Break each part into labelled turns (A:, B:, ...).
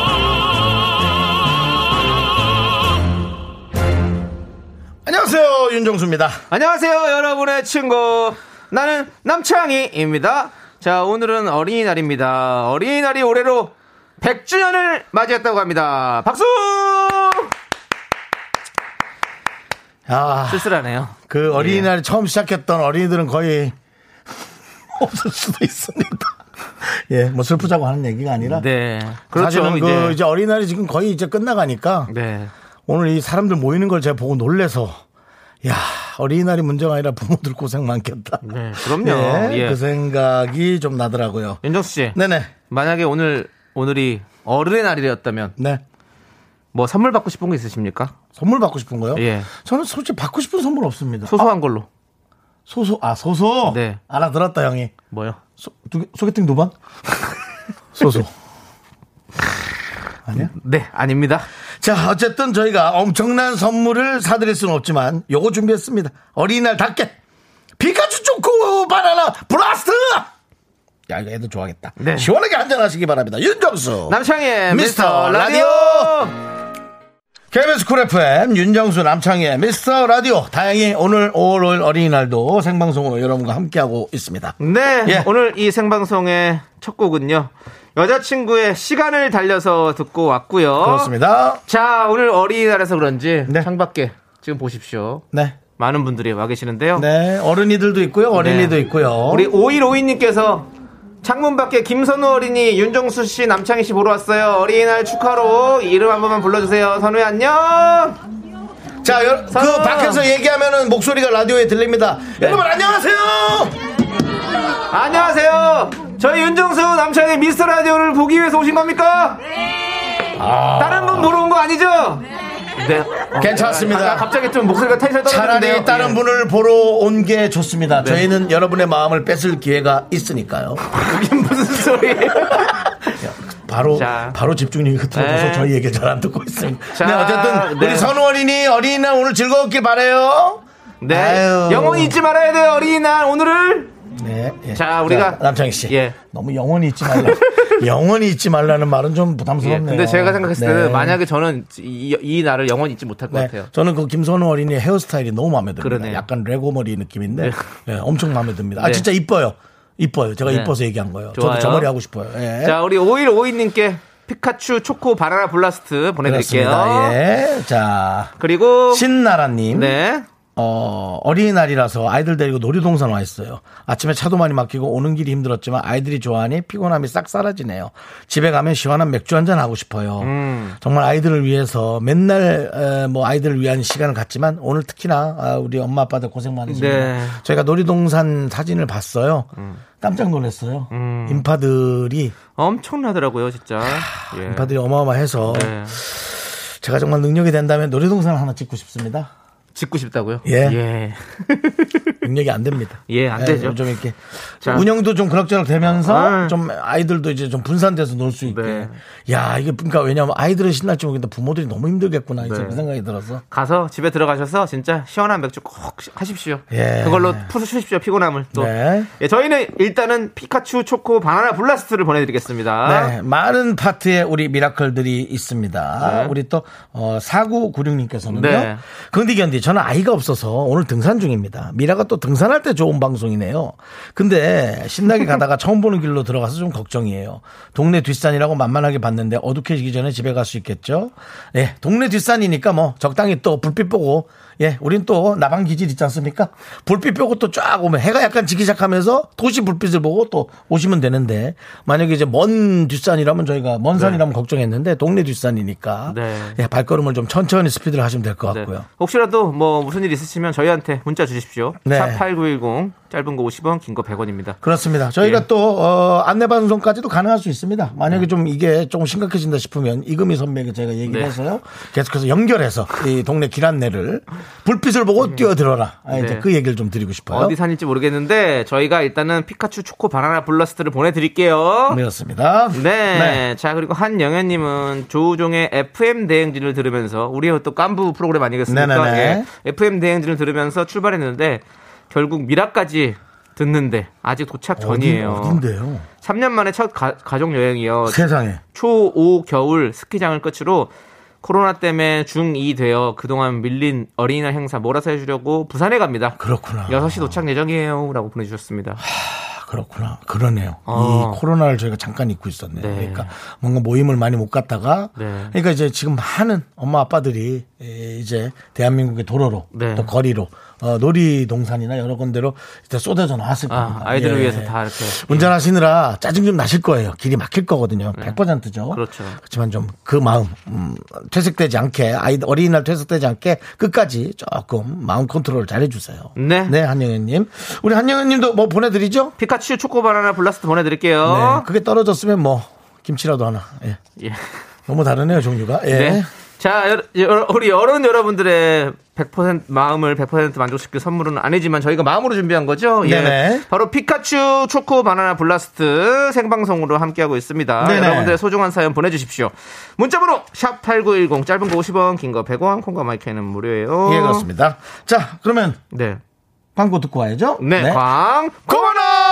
A: 안녕하세요 윤정수입니다.
B: 안녕하세요, 여러분의 친구. 나는 남창희입니다. 자, 오늘은 어린이날입니다. 어린이날이 올해로 100주년을 맞이했다고 합니다. 박수!
A: 아,
B: 쓸쓸하네요.
A: 그 어린이날 처음 시작했던 어린이들은 거의 없을 수도 있습니다. 예, 뭐 슬프자고 하는 얘기가 아니라
B: 네. 그렇죠.
A: 사실은
B: 이제.
A: 그 이제 어린이날이 지금 거의 이제 끝나가니까
B: 네.
A: 오늘 이 사람들 모이는 걸 제가 보고 놀래서 야 어린이날이 문제가 아니라 부모들 고생 많겠다.
B: 네, 그럼요.
A: 네,
B: 예.
A: 그 생각이 좀 나더라고요.
B: 윤정수 씨.
A: 네네.
B: 만약에 오늘, 오늘이 어른의 날이었다면
A: 네.
B: 뭐 선물 받고 싶은 거 있으십니까?
A: 선물 받고 싶은 거요?
B: 예.
A: 저는 솔직히 받고 싶은 선물 없습니다.
B: 소소한 걸로.
A: 소, 소아 소소.
B: 네.
A: 알아들었다 형이.
B: 뭐요?
A: 소, 두, 개- 소개팅 도반? 소소. 아니야?
B: 네, 아닙니다.
A: 자, 어쨌든 저희가 엄청난 선물을 사드릴 수는 없지만 요거 준비했습니다. 어린이날답게 피카츄 초코 바나나 브라스트. 야, 이거 애들 좋아하겠다.
B: 네.
A: 시원하게 한잔하시기 바랍니다. 윤정수.
B: 남창희의
A: 미스터
B: 미스터
A: 라디오.
B: 라디오!
A: KBS 쿨 FM 윤정수 남창희의 미스터 라디오 다행히 오늘 5월 5일 어린이날도 생방송으로 여러분과 함께하고 있습니다.
B: 네,
A: 예.
B: 오늘 이 생방송의 첫 곡은요. 여자친구의 시간을 달려서 듣고 왔고요.
A: 그렇습니다.
B: 자, 오늘 어린이날에서 그런지
A: 네.
B: 창밖에 지금 보십시오.
A: 네.
B: 많은 분들이 와 계시는데요.
A: 네. 어른이들도 있고요. 어린이도
B: 네.
A: 있고요.
B: 우리 5152님께서 창문 밖에 김선우 어린이, 윤정수 씨, 남창희 씨 보러 왔어요. 어린이날 축하로 이름 한 번만 불러주세요. 선우야, 안녕!
A: 자, 여, 그
B: 선우.
A: 밖에서 얘기하면은 목소리가 라디오에 들립니다.
B: 네.
A: 여러분 안녕하세요.
B: 안녕하세요! 저희 윤정수, 남창희 미스터 라디오를 보기 위해서 오신 겁니까? 아. 다른 분 보러 온 거 아니죠? 네. 어, 아,
A: 괜찮습니다.
B: 갑자기 좀 목소리가 텐션 떨어지는데요. 예. 네.
A: 차라리 다른 분을 보러 온 게 좋습니다. 저희는 여러분의 마음을 뺏을 기회가 있으니까요.
B: 이게 무슨 소리예요?
A: 바로
B: 자.
A: 바로 집중력이 흐트러져서
B: 네.
A: 저희 얘기 를 잘 안 듣고 있습니다.
B: 자,
A: 네, 어쨌든
B: 네.
A: 우리 선우 어린이 어린이날 오늘 즐거웠길 바래요.
B: 네.
A: 아유.
B: 영원히 잊지 말아야 돼요, 어린이날 오늘을.
A: 네. 예.
B: 자, 우리가-
A: 남창희 씨.
B: 예.
A: 너무 영원히 잊지 말라. 영원히 잊지 말라는 말은 좀
B: 예,
A: 부담스럽네요.
B: 근데 제가 생각했을 때는
A: 네.
B: 만약에 저는 이, 이 날을 영원히 잊지 못할 것
A: 네,
B: 같아요.
A: 저는 그 김선우 어린이 헤어스타일이 너무 마음에 듭니다.
B: 그러네요.
A: 약간 레고 머리 느낌인데 예, 엄청 마음에 듭니다. 아
B: 네.
A: 진짜 이뻐요. 이뻐요. 제가
B: 네.
A: 이뻐서 얘기한 거예요. 저도
B: 좋아요.
A: 저 머리 하고 싶어요. 예.
B: 자, 우리 5152님께 피카츄 초코 바나나 블라스트 보내드릴게요.
A: 그렇습니다. 예. 자
B: 그리고
A: 신나라님,
B: 네.
A: 어, 어린이날이라서 아이들 데리고 놀이동산 와 있어요. 아침에 차도 많이 막히고 오는 길이 힘들었지만 아이들이 좋아하니 피곤함이 싹 사라지네요. 집에 가면 시원한 맥주 한잔 하고 싶어요.
B: 음.
A: 정말 아이들을 위해서 맨날 에, 뭐 아이들을 위한 시간을 갖지만 오늘 특히나 아, 우리 엄마 아빠들 고생 많으십니다.
B: 네. 음.
A: 저희가 놀이동산 사진을 봤어요. 깜짝 놀랐어요. 인파들이
B: 엄청나더라고요, 진짜. 예.
A: 인파들이 어마어마해서
B: 네.
A: 제가 정말 능력이 된다면 놀이동산 하나 짓고 싶습니다.
B: 짓고 싶다고요?
A: 예.
B: 예.
A: 능력이 안 됩니다. 네,
B: 예, 안 되죠.
A: 좀 이렇게
B: 자.
A: 운영도 좀 그럭저럭 되면서
B: 아.
A: 좀 아이들도 이제 좀 분산돼서 놀 수 있게.
B: 네.
A: 야 이게 그러니까 왜냐하면 아이들은 신날지 모르겠는데 부모들이 너무 힘들겠구나 이제
B: 네.
A: 그 생각이 들어서.
B: 가서 집에 들어가셔서 진짜 시원한 맥주 꼭 하십시오.
A: 예.
B: 그걸로 푸시십시오 피곤함을 또.
A: 네.
B: 예, 저희는 일단은 피카츄 초코 바나나 블라스트를 보내드리겠습니다.
A: 네, 많은 파트에 우리 미라클들이 있습니다.
B: 네.
A: 우리 또 어, 4996님께서는요.
B: 네.
A: 근디 견디 저는 아이가 없어서 오늘 등산 중입니다. 미라가 또 등산할 때 좋은 방송이네요. 근데 신나게 가다가 처음 보는 길로 들어가서 좀 걱정이에요. 동네 뒷산이라고 만만하게 봤는데 어둑해지기 전에 집에 갈 수 있겠죠? 예, 동네 뒷산이니까 뭐 적당히 또 불빛 보고 예, 우린 또 나방 기질 있지 않습니까? 불빛 보고 또 쫙 오면 해가 약간 지기 시작하면서 도시 불빛을 보고 또 오시면 되는데 만약에 이제 먼 뒷산이라면 저희가 먼 산이라면 걱정했는데 동네 뒷산이니까
B: 네.
A: 예, 발걸음을 좀 천천히 스피드를 하시면 될 것
B: 네.
A: 같고요.
B: 혹시라도 뭐 무슨 일 있으시면 저희한테 문자 주십시오.
A: 네.
B: 샵8910 짧은 거 50원, 긴 거 100원입니다.
A: 그렇습니다. 저희가
B: 예.
A: 또 어, 안내 방송까지도 가능할 수 있습니다. 만약에 좀 이게 조금 심각해진다 싶으면 이금희 선배에게 제가 얘기를
B: 네.
A: 해서요. 계속해서 연결해서 이 동네 길 안내를 불빛을 보고 뛰어들어라. 아, 이제
B: 음. 네.
A: 그 얘기를 좀 드리고 싶어요.
B: 어디 산일지 모르겠는데 저희가 일단은 피카츄 초코 바나나 블러스트를 보내드릴게요.
A: 네, 그렇습니다.
B: 네. 자, 그리고 한영현님은 조우종의 FM 대행진을 들으면서, 우리의 또 깐부 프로그램 아니겠습니까?
A: 네네네.
B: 예. FM 대행진을 들으면서 출발했는데, 결국 미라까지 듣는데, 아직 도착
A: 어디,
B: 전이에요.
A: 어딘데요?
B: 3년 만에 첫 가, 족 여행이요.
A: 세상에.
B: 초오 겨울 스키장을 끝으로 코로나 때문에 중2 되어 그동안 밀린 어린이날 행사 몰아서 해주려고 부산에 갑니다.
A: 그렇구나.
B: 6시 도착 예정이에요. 라고 보내주셨습니다.
A: 아, 그렇구나. 그러네요.
B: 어.
A: 이 코로나를 저희가 잠깐 잊고 있었네요.
B: 네.
A: 그러니까 뭔가 모임을 많이 못 갔다가
B: 네.
A: 그러니까 이제 지금 많은 엄마 아빠들이 에, 이제 대한민국의 도로로
B: 네.
A: 또 거리로 어, 놀이동산이나 여러 군데로 일단 쏟아져 나왔을
B: 아,
A: 겁니다.
B: 아이들을
A: 예.
B: 위해서 다 이렇게.
A: 운전하시느라 짜증 좀 나실 거예요. 길이 막힐 거거든요. 100%죠.
B: 네. 그렇죠.
A: 그렇지만 좀 그 마음 음, 퇴색되지 않게 아이 어린이날 퇴색되지 않게 끝까지 조금 마음 컨트롤 잘 해주세요.
B: 네.
A: 네 한영현님 우리 한영현님도 뭐 보내드리죠?
B: 피카츄 초코 바나나 블라스트 보내드릴게요.
A: 네, 그게 떨어졌으면 뭐 김치라도 하나. 예.
B: 예.
A: 너무 다르네요 종류가. 예.
B: 네. 자, 여- 여- 우리 여론 여러분들의 100% 마음을 100% 만족시킬 선물은 아니지만 저희가 마음으로 준비한 거죠. 예.
A: 네네.
B: 바로 피카츄 초코 바나나 블라스트 생방송으로 함께하고 있습니다.
A: 네네.
B: 여러분들의 소중한 사연 보내주십시오. 문자번호 샵8910 짧은 거 50원, 긴 거 100원, 콩과 마이크는 무료예요.
A: 예 그렇습니다. 자 그러면
B: 네.
A: 광고 듣고 와야죠.
B: 네. 광, 고마워!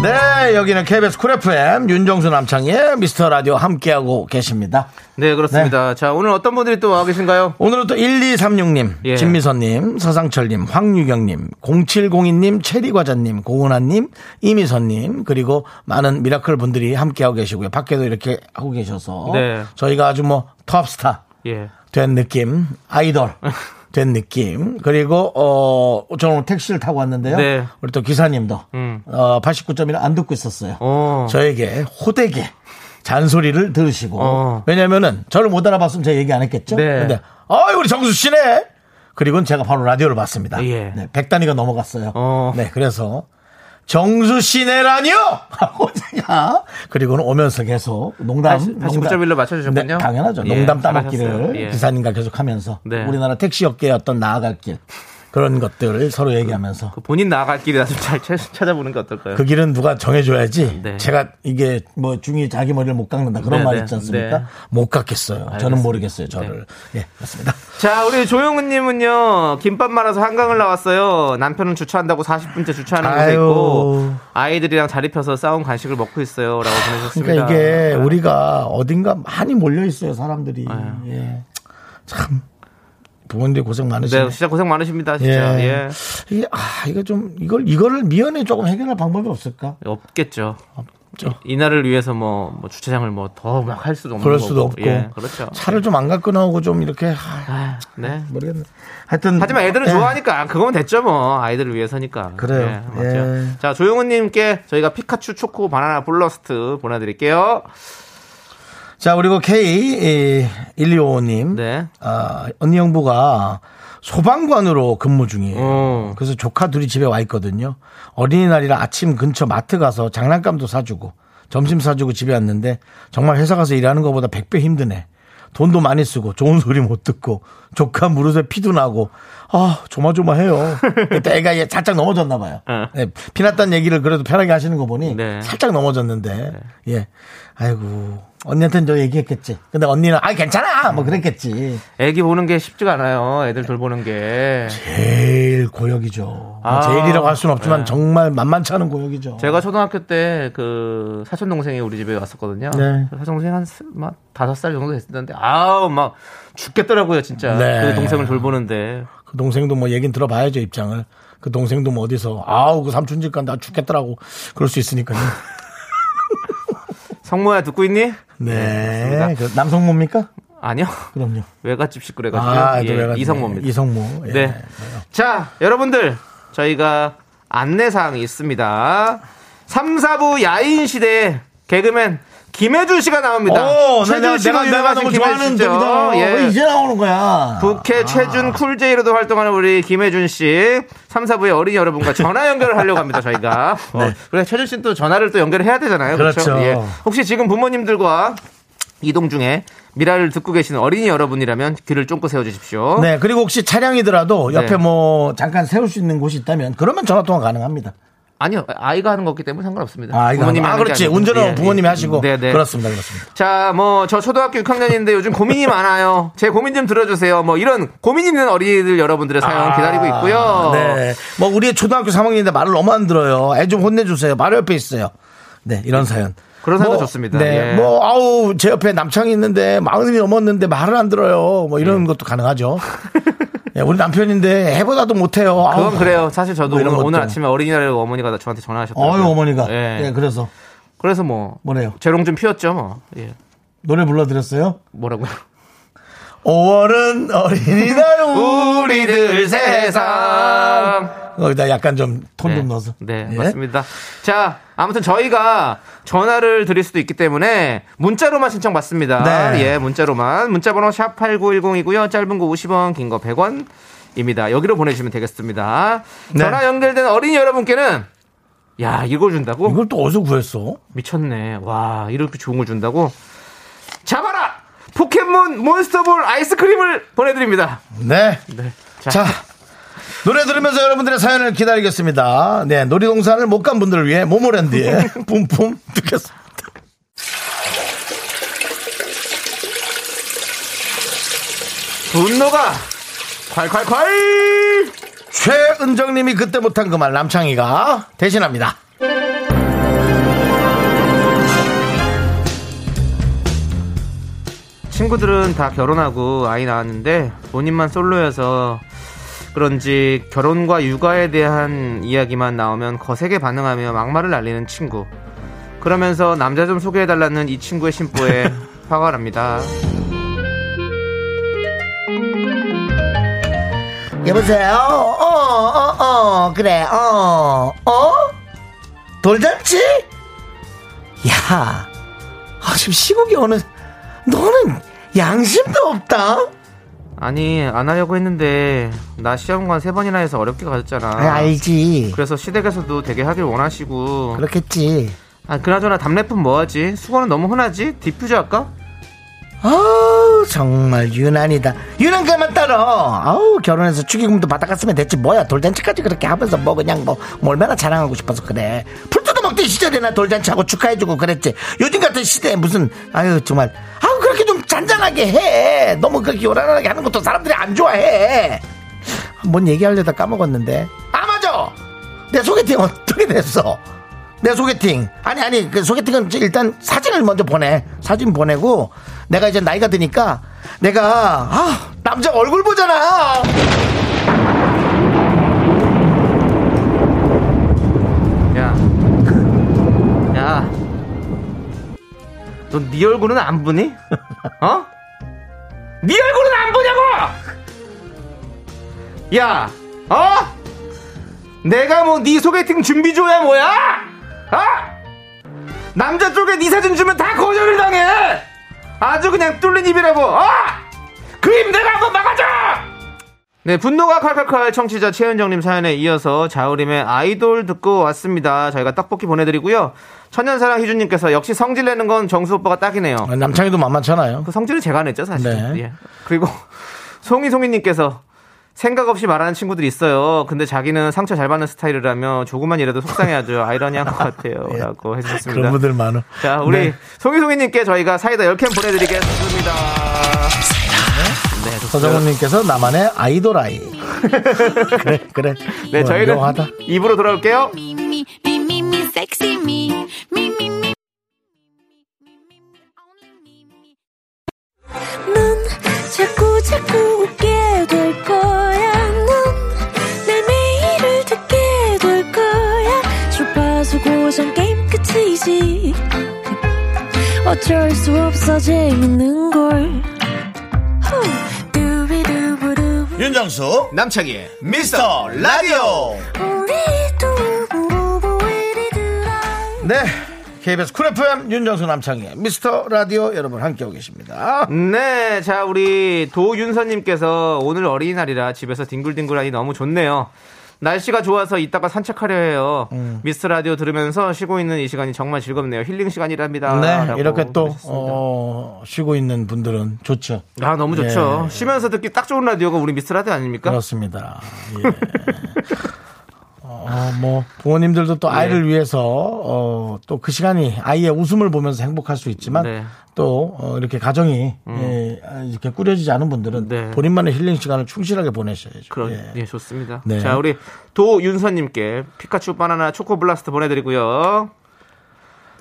A: 네, 여기는 KBS 쿨 FM 윤정수 남창희의 미스터 라디오 함께하고 계십니다.
B: 네, 그렇습니다. 자, 오늘 어떤 분들이 또 와 계신가요?
A: 오늘은 또 1236님,
B: 예.
A: 진미선님, 서상철님, 황유경님, 0702님, 체리과자님, 고은하님, 이미선님, 그리고 많은 미라클 분들이 함께하고 계시고요. 밖에도 이렇게 하고 계셔서
B: 네.
A: 저희가 아주 뭐 톱스타
B: 예.
A: 된 느낌, 아이돌 된 느낌, 그리고 어, 저는 오늘 택시를 타고 왔는데요.
B: 네.
A: 우리 또 기사님도
B: 음.
A: 어, 89.1을 안 듣고 있었어요.
B: 어.
A: 저에게 호되게 잔소리를 들으시고
B: 어.
A: 왜냐면은 저를 못 알아봤으면 제가 얘기 안 했겠죠.
B: 네.
A: 근데 아이 우리 정수 씨네. 그리고는 제가 바로 라디오를 봤습니다.
B: 예.
A: 네, 백단위가 넘어갔어요.
B: 어.
A: 네, 그래서 정수 씨네라니요? 하고 제가 그리고는 오면서 계속 농담,
B: 다시- 다시
A: 농담.
B: 9.1로 맞춰주셨군요.
A: 네, 당연하죠.
B: 예,
A: 농담 따먹기를
B: 잘하셨어요. 예.
A: 기사님과 계속하면서
B: 네.
A: 우리나라 택시 업계의 어떤 나아갈 길 그런 것들을 서로 얘기하면서
B: 그 본인 나갈 길이라 좀잘 찾아보는 게 어떨까요?
A: 그 길은 누가 정해줘야지.
B: 네.
A: 제가 이게 뭐 중이 자기 머리를 못 깎는다 그런
B: 네,
A: 말
B: 네,
A: 있지 않습니까?
B: 네.
A: 못 깎겠어요. 저는
B: 알겠습니다. 네.
A: 모르겠어요. 저를 예 맞습니다.
B: 자, 우리 조영은님은요, 김밥 말아서 한강을 나왔어요. 남편은 주차한다고 40분째 주차하는 곳에
A: 아유.
B: 있고, 아이들이랑 자리 펴서 싸운 간식을 먹고 있어요. 라고 보내셨습니다. 네.
A: 그러니까 이게 우리가 어딘가 많이 몰려 있어요 사람들이.
B: 네.
A: 예. 참 부모님들 고생 많으시네요.
B: 네, 진짜 고생 많으십니다,
A: 예.
B: 진짜. 예.
A: 이게 아 이거 좀 이걸 이거를 미연에 조금 해결할 방법이 없을까?
B: 없겠죠.
A: 없죠.
B: 이날을 위해서 뭐, 뭐 주차장을 뭐 더 막 할 수도 없는
A: 그럴 수도
B: 거고.
A: 없고
B: 예, 그렇죠.
A: 차를 좀 안 갖고 나오고 좀 이렇게 하,
B: 아, 네.
A: 모르겠네. 하여튼
B: 하지만 애들은
A: 예.
B: 좋아하니까 그거면 됐죠 뭐 아이들을 위해서니까
A: 그래요.
B: 예, 맞죠.
A: 예.
B: 자 조용훈님께 저희가 피카츄 초코 바나나 블러스트 보내드릴게요
A: 자 그리고 K 1255님
B: 네
A: 아, 언니 형부가 소방관으로 근무 중이에요.
B: 어.
A: 그래서 조카 둘이 집에 와 있거든요. 어린이날이라 아침 근처 마트 가서 장난감도 사주고 점심 사주고 집에 왔는데 정말 회사 가서 일하는 것보다 100배 힘드네. 돈도 많이 쓰고 좋은 소리 못 듣고 조카 무릎에 피도 나고 아 조마조마해요. 그때 애가 얘 살짝 넘어졌나 봐요. 예, 피났다는 얘기를 그래도 편하게 하시는 거 보니
B: 네.
A: 살짝 넘어졌는데 예 아이고 언니한테는 저 얘기했겠지. 근데 언니는 아 괜찮아 뭐 그랬겠지.
B: 애기 보는 게 쉽지가 않아요. 애들 돌보는 게.
A: 제일 고역이죠. 뭐
B: 아.
A: 제일이라고 할 수는 없지만 정말 만만치 않은 고역이죠.
B: 제가 초등학교 때 그 사촌 동생이 우리 집에 왔었거든요.
A: 네.
B: 사촌 동생 한 스- 막 다섯 살 정도 됐었는데 아우 막 죽겠더라고요 진짜
A: 네.
B: 그 동생을 돌보는데
A: 그 동생도 뭐 얘긴 들어봐야죠 입장을. 그 동생도 뭐 어디서 아우 그 삼촌 집 간다 죽겠더라고 그럴 수 있으니까요.
B: 성모야 듣고 있니?
A: 네. 그 남성모입니까?
B: 아니요
A: 그럼요.
B: 외갓집 식구래가지고
A: 아,
B: 예,
A: 노래가-
B: 이성모입니다.
A: 네, 이성모. 예.
B: 네. 자, 여러분들, 저희가 안내사항이 있습니다. 3, 4부 야인시대에 개그맨 김혜준 씨가 나옵니다. 네,
A: 오, 나,
B: 최준
A: 나,
B: 씨로
A: 어, 네, 내가
B: 유명하신
A: 내가 너무
B: 김혜준
A: 좋아하는
B: 씨죠.
A: 저기다.
B: 예.
A: 왜 이제 나오는 거야? 아.
B: 국회 최준 쿨제이로도 활동하는 우리 김혜준 씨, 3, 4부의 어린이 여러분과 전화 연결을 하려고 합니다, 저희가. 어, 그래, 최준 씨는 또 전화를 또 연결을 해야 되잖아요. 그렇죠.
A: 그렇죠.
B: 예. 혹시 지금 부모님들과 이동 중에 미라를 듣고 계시는 어린이 여러분이라면 귀를 쫑긋 세워주십시오.
A: 네, 그리고 혹시 차량이더라도 옆에
B: 네.
A: 뭐 잠깐 세울 수 있는 곳이 있다면 그러면 전화 통화 가능합니다.
B: 아니요, 아이가 하는 거기 때문에 상관없습니다.
A: 아, 이거 아,
B: 네. 하는 게
A: 그렇지.
B: 아니고.
A: 운전은
B: 예,
A: 부모님이
B: 예.
A: 하시고
B: 네, 네.
A: 그렇습니다, 그렇습니다.
B: 자, 뭐, 저 초등학교 6학년인데 요즘 고민이 많아요. 제 고민 좀 들어주세요. 뭐, 이런 고민 있는 어린이들 여러분들의 사연 기다리고 있고요.
A: 아, 네, 뭐 우리 초등학교 3학년인데 말을 너무 안 들어요. 애 좀 혼내주세요. 바로 옆에 있어요. 네, 이런 사연.
B: 그런 사연도
A: 뭐,
B: 좋습니다.
A: 네,
B: 예.
A: 뭐 아우 제 옆에 남창이 있는데 마흔이 넘었는데 말을 안 들어요. 뭐 이런 것도 가능하죠. 예, 우리 남편인데 해보다도 못해요. 아우,
B: 그건 그래요. 사실 저도
A: 뭐 이런
B: 오늘, 오늘
A: 것도.
B: 아침에 어린이날 어머니가 나- 저한테 전화하셨더라고요.
A: 어유 어머니가.
B: 예.
A: 예. 그래서
B: 그래. 서 뭐.
A: 뭐래요?
B: 재롱 좀 피웠죠, 뭐. 예.
A: 노래 불러드렸어요.
B: 뭐라고요?
A: 5월은 어린이날
B: 우리들 세상.
A: 거기다 약간 좀 톤 좀
B: 네.
A: 넣어서.
B: 네,
A: 예.
B: 맞습니다. 자, 아무튼 저희가 전화를 드릴 수도 있기 때문에 문자로만 신청 받습니다.
A: 네.
B: 예, 문자로만. 문자번호 샵8910이고요. 짧은 거 50원, 긴 거 100원. 입니다. 여기로 보내주시면 되겠습니다.
A: 네.
B: 전화 연결된 어린이 여러분께는 야 읽어준다고
A: 이걸 또 어디서 구했어?
B: 미쳤네. 와 이렇게 좋은 걸 준다고 잡아라 포켓몬 몬스터볼 아이스크림을 보내드립니다.
A: 네.
B: 자.
A: 자. 노래 들으면서 여러분들의 사연을 기다리겠습니다. 네, 놀이동산을 못 간 분들을 위해 모모랜드의 뿜뿜 듣겠습니다.
B: 분노가 콸콸콸.
A: 최은정님이 그때 못한 그 말 남창희가 대신합니다.
B: 친구들은 다 결혼하고 아이 낳았는데 본인만 솔로여서 그런지 결혼과 육아에 대한 이야기만 나오면 거세게 반응하며 막말을 날리는 친구. 그러면서 남자 좀 소개해달라는 이 친구의 심보에 화가 납니다.
A: 여보세요? 어, 어, 어, 그래, 어, 어? 돌잔치? 야, 아, 지금 시국이 어느, 너는 양심도 없다?
B: 아니 안 하려고 했는데 나 시험관 세 번이나 해서 어렵게 가졌잖아.
A: 아, 알지.
B: 그래서 시댁에서도 되게 하길 원하시고
A: 그렇겠지.
B: 아, 그나저나 답례품 뭐하지? 수건은 너무 흔하지? 디퓨저 할까?
A: 아우 정말 유난이다 유난감만 따로 아우 결혼해서 축의금도 받아갔으면 됐지 뭐야 돌잔치까지 그렇게 하면서 뭐 그냥 뭐, 뭐 얼마나 자랑하고 싶어서 그래 풀뜯어 먹던 시절에나 돌잔치하고 축하해주고 그랬지 요즘 같은 시대에 무슨 아유 정말 아우 그렇게 좀 잔잔하게 해 너무 그렇게 요란하게 하는 것도 사람들이 안 좋아해 뭔 얘기하려다 까먹었는데 아 맞아 내 소개팅 어떻게 됐어 내 소개팅 아니 아니 그 소개팅은 일단 사진을 먼저 보내 사진 보내고 내가 이제 나이가 드니까 내가 아 남자 얼굴 보잖아
B: 야. 야. 너 네 얼굴은 안 보니? 어? 네 얼굴은 안 보냐고! 야. 어? 내가 뭐 네 소개팅 준비조야 뭐야? 어? 남자 쪽에 네 사진 주면 다 거절을 당해! 아주 그냥 뚫린 입이라고. 어? 그 입 내가 한번 막아줘! 네, 분노가 칼칼칼 청취자 최은정님 사연에 이어서 자우림의 아이돌 듣고 왔습니다. 저희가 떡볶이 보내드리고요. 천년사랑 희준님께서 역시 성질 내는 건 정수 오빠가 딱이네요.
A: 남창이도 만만찮아요
B: 그 성질은 제가 냈죠, 사실.
A: 네.
B: 예. 그리고 송이송이님께서 생각 없이 말하는 친구들이 있어요. 근데 자기는 상처 잘 받는 스타일이라며 조금만이라도 속상해하죠. 아이러니한 것 같아요.
A: 예.
B: 라고 해주셨습니다.
A: 그런 분들 많아.
B: 자, 우리
A: 네.
B: 송이송이님께 저희가 사이다 10캔 보내드리겠습니다. 네, 좋습니다.
A: 서정훈님께서 나만의 아이돌 아이. 그래, 그래.
B: 네,
A: 뭐,
B: 저희는
A: 묘하다.
B: 입으로 돌아올게요.
C: me, me, me, me, me, sexy me, me, me, me.
D: 넌 자꾸 자꾸 웃게 될 거야. 넌내 매일을 듣게 될 거야. 주파수 고정 게임 끝이지. 어쩔 수 없어 재밌는 걸. 후. 두비두부두.
E: 윤정수 남창희 미스터 라디오
D: 우리 두부부부 우리 두라.
A: 네. KBS 쿨 FM 윤정수 남창희 미스터 라디오 여러분 함께하고 계십니다.
B: 네, 자, 우리 도윤서님께서 오늘 어린이날이라 집에서 뒹굴뒹굴하니 너무 좋네요. 날씨가 좋아서 이따가 산책하려 해요.
A: 음.
B: 미스 라디오 들으면서 쉬고 있는 이 시간이 정말 즐겁네요. 힐링 시간이랍니다.
A: 네,
B: 아, 라고
A: 이렇게 또
B: 보내셨습니다.
A: 어, 쉬고 있는 분들은 좋죠.
B: 아, 너무 좋죠.
A: 예.
B: 쉬면서 듣기 딱 좋은 라디오가 우리 미스 라디오 아닙니까?
A: 그렇습니다. 예. 어, 뭐 부모님들도
B: 네.
A: 또 아이를 위해서 어, 또 그 시간이 아이의 웃음을 보면서 행복할 수 있지만
B: 네. 음.
A: 또 어, 이렇게 가정이 예, 이렇게 꾸려지지 않은 분들은
B: 네.
A: 본인만의 힐링 시간을 충실하게 보내셔야죠.
B: 그런
A: 예.
B: 예, 좋습니다.
A: 네.
B: 자, 우리 도윤서님께 피카츄 바나나 초코 블라스트 보내드리고요.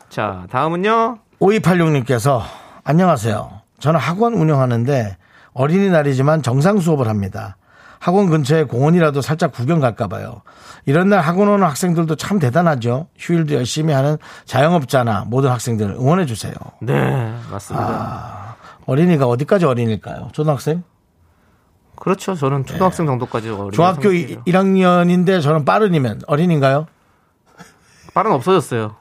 B: 자, 다음은요.
A: 5286님께서 안녕하세요. 저는 학원 운영하는데 어린이날이지만 정상 수업을 합니다. 학원 근처에 공원이라도 살짝 구경 갈까 봐요. 이런 날 학원 오는 학생들도 참 대단하죠. 휴일도 열심히 하는 자영업자나 모든 학생들 응원해 주세요.
B: 네, 맞습니다.
A: 아. 어린이가 어디까지 어린일까요? 초등학생?
B: 그렇죠. 저는 초등학생 정도까지 어린
A: 네. 중학교 이-
B: 생각해요.
A: 1학년인데 저는 빠른이면 어린인가요?
B: 빠른 없어졌어요.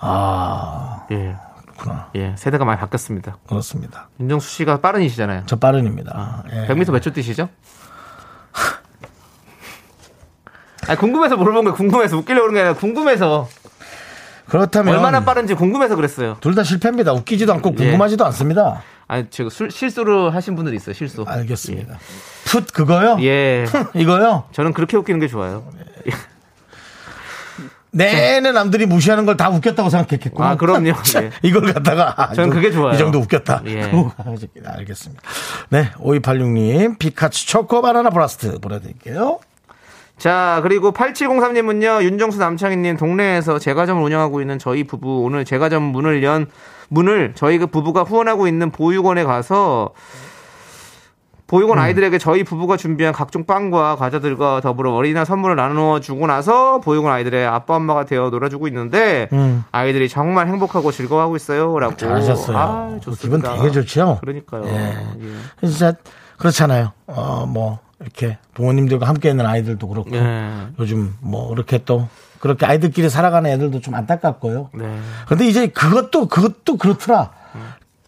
B: 아, 예,
A: 그렇구나.
B: 예, 세대가 많이 바뀌었습니다.
A: 그렇습니다.
B: 윤정수 씨가 빠른이시잖아요. 네.
A: 저 빠른입니다. 예.
B: 100m 몇 초 뛰시죠? 아, 궁금해서 물어본 거예요. 궁금해서 웃기려고 그런 게 아니라 궁금해서
A: 그렇다면
B: 얼마나 빠른지 예. 궁금해서 그랬어요.
A: 둘 다 실패입니다. 웃기지도 않고 궁금하지도 않습니다.
B: 아니, 지금 술- 실수를 하신 분들이 있어요. 실수.
A: 알겠습니다. 풋 그거요?
B: 예. 예.
A: 음. 이거요?
B: 저는 그렇게 웃기는 게 좋아요.
A: 내내 남들이 무시하는 걸 다 웃겼다고 생각했겠고.
B: 아, 그럼요. 예.
A: 이걸 갖다가. 아,
B: 저는
A: 이거-
B: 그게 좋아요.
A: 이 정도 웃겼다.
B: 예.
A: 그러고 가야지. 알겠습니다. 네. 5286님, 피카츄 초코 바나나 브라스트 보내드릴게요.
B: 자, 그리고 8703님은요, 윤정수 남창희님 동네에서 제과점을 운영하고 있는 저희 부부, 오늘 제과점 문을 연, 문을 저희 그 부부가 후원하고 있는 보육원에 가서,
A: 음.
B: 보육원 아이들에게 저희 부부가 준비한 각종 빵과 과자들과 더불어 어린이날 선물을 나누어 주고 나서 보육원 아이들의 아빠 엄마가 되어 놀아주고 있는데
A: 음.
B: 아이들이 정말 행복하고 즐거워하고 있어요라고
A: 잘하셨어요.
B: 아,
A: 그
B: 좋습니다.
A: 기분 되게 좋죠?
B: 그러니까요.
A: 예.
B: 예.
A: 진짜 그렇잖아요. 어, 뭐, 이렇게 부모님들과 함께 있는 아이들도 그렇고.
B: 예.
A: 요즘 뭐, 이렇게 또, 그렇게 아이들끼리 살아가는 애들도 좀 안타깝고요.
B: 네.
A: 근데 이제 그것도 그것도 그렇더라.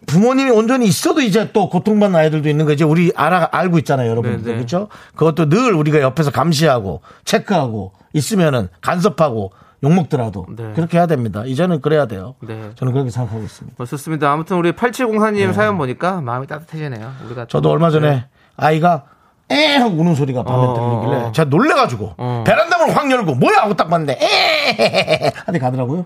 A: 부모님이 온전히 있어도 이제 또 고통받는 아이들도 있는 거 이제 우리 알아 알고 있잖아요, 여러분들
B: 네네.
A: 그렇죠? 그것도 늘 우리가 옆에서 감시하고 체크하고 있으면은 간섭하고 욕 먹더라도
B: 네.
A: 그렇게 해야 됩니다. 이제는 그래야 돼요.
B: 네.
A: 저는 그렇게 생각하고 있습니다.
B: 뭐 좋습니다. 아무튼 우리 8704님 사연 보니까 마음이 따뜻해지네요. 우리가
A: 저도 얼마 전에 아이가 에 하고 우는 소리가 밤에
B: 어,
A: 들리길래
B: 어.
A: 제가 놀래가지고
B: 어.
A: 베란다 문을 확 열고 뭐야 하고 딱 봤는데 에 하니 가더라고요.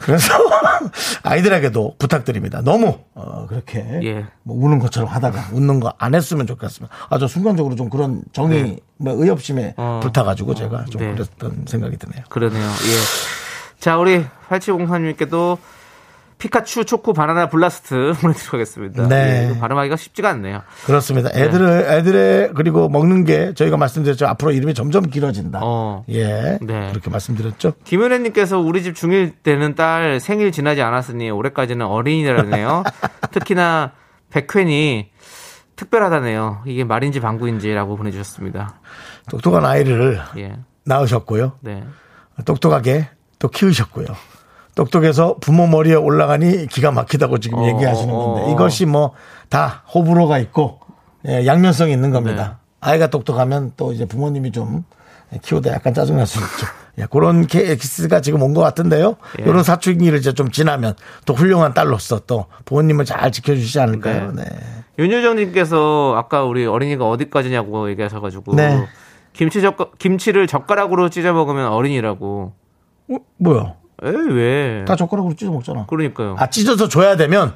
A: 그래서 아이들에게도 부탁드립니다. 너무 어, 그렇게
B: 예.
A: 뭐 우는 것처럼 하다가 웃는 거 안 했으면 좋겠습니다. 아 저 순간적으로 좀 그런 정이 뭐 의협심에
B: 네. 어.
A: 불타가지고 제가 좀
B: 네.
A: 그랬던 생각이 드네요.
B: 그러네요. 예. 자, 우리 8704님께도 피카츄 초코 바나나 블라스트 보내드리도록 하겠습니다. 예,
A: 네.
B: 이거 발음하기가 쉽지가 않네요.
A: 그렇습니다. 애들의 애들의 그리고 먹는 게 저희가 말씀드렸죠. 앞으로 이름이 점점 길어진다.
B: 어.
A: 예,
B: 네.
A: 그렇게 말씀드렸죠.
B: 김은혜님께서 우리 집 중1 때는 딸 생일 지나지 않았으니 올해까지는 어린이라네요. 특히나 백회니 특별하다네요. 이게 말인지 방구인지라고 보내주셨습니다.
A: 똑똑한 아이를
B: 예.
A: 낳으셨고요.
B: 네.
A: 똑똑하게 또 키우셨고요. 똑똑해서 부모 머리에 올라가니 기가 막히다고 지금
B: 어,
A: 얘기하시는
B: 어,
A: 건데
B: 어.
A: 이것이 뭐 다 호불호가 있고 예,
B: 네.
A: 양면성이 있는 겁니다. 아이가 똑똑하면 또 이제 부모님이 좀 키우다 약간 짜증날 수 있죠. 예, 그런 케이스가 지금 온 것 같은데요.
B: 예.
A: 이런 사춘기를 이제 좀 지나면 또 훌륭한 딸로서 또 부모님을 잘 지켜주시지 않을까요?
B: 네.
A: 네.
B: 윤효정님께서 아까 우리 어린이가 어디까지냐고 얘기하셔가지고
A: 네.
B: 김치 젓가, 김치를 젓가락으로 찢어 먹으면 어린이라고.
A: 어, 뭐요?
B: 에이 왜?
A: 다 젓가락으로 찢어 먹잖아.
B: 그러니까요.
A: 아 찢어서 줘야 되면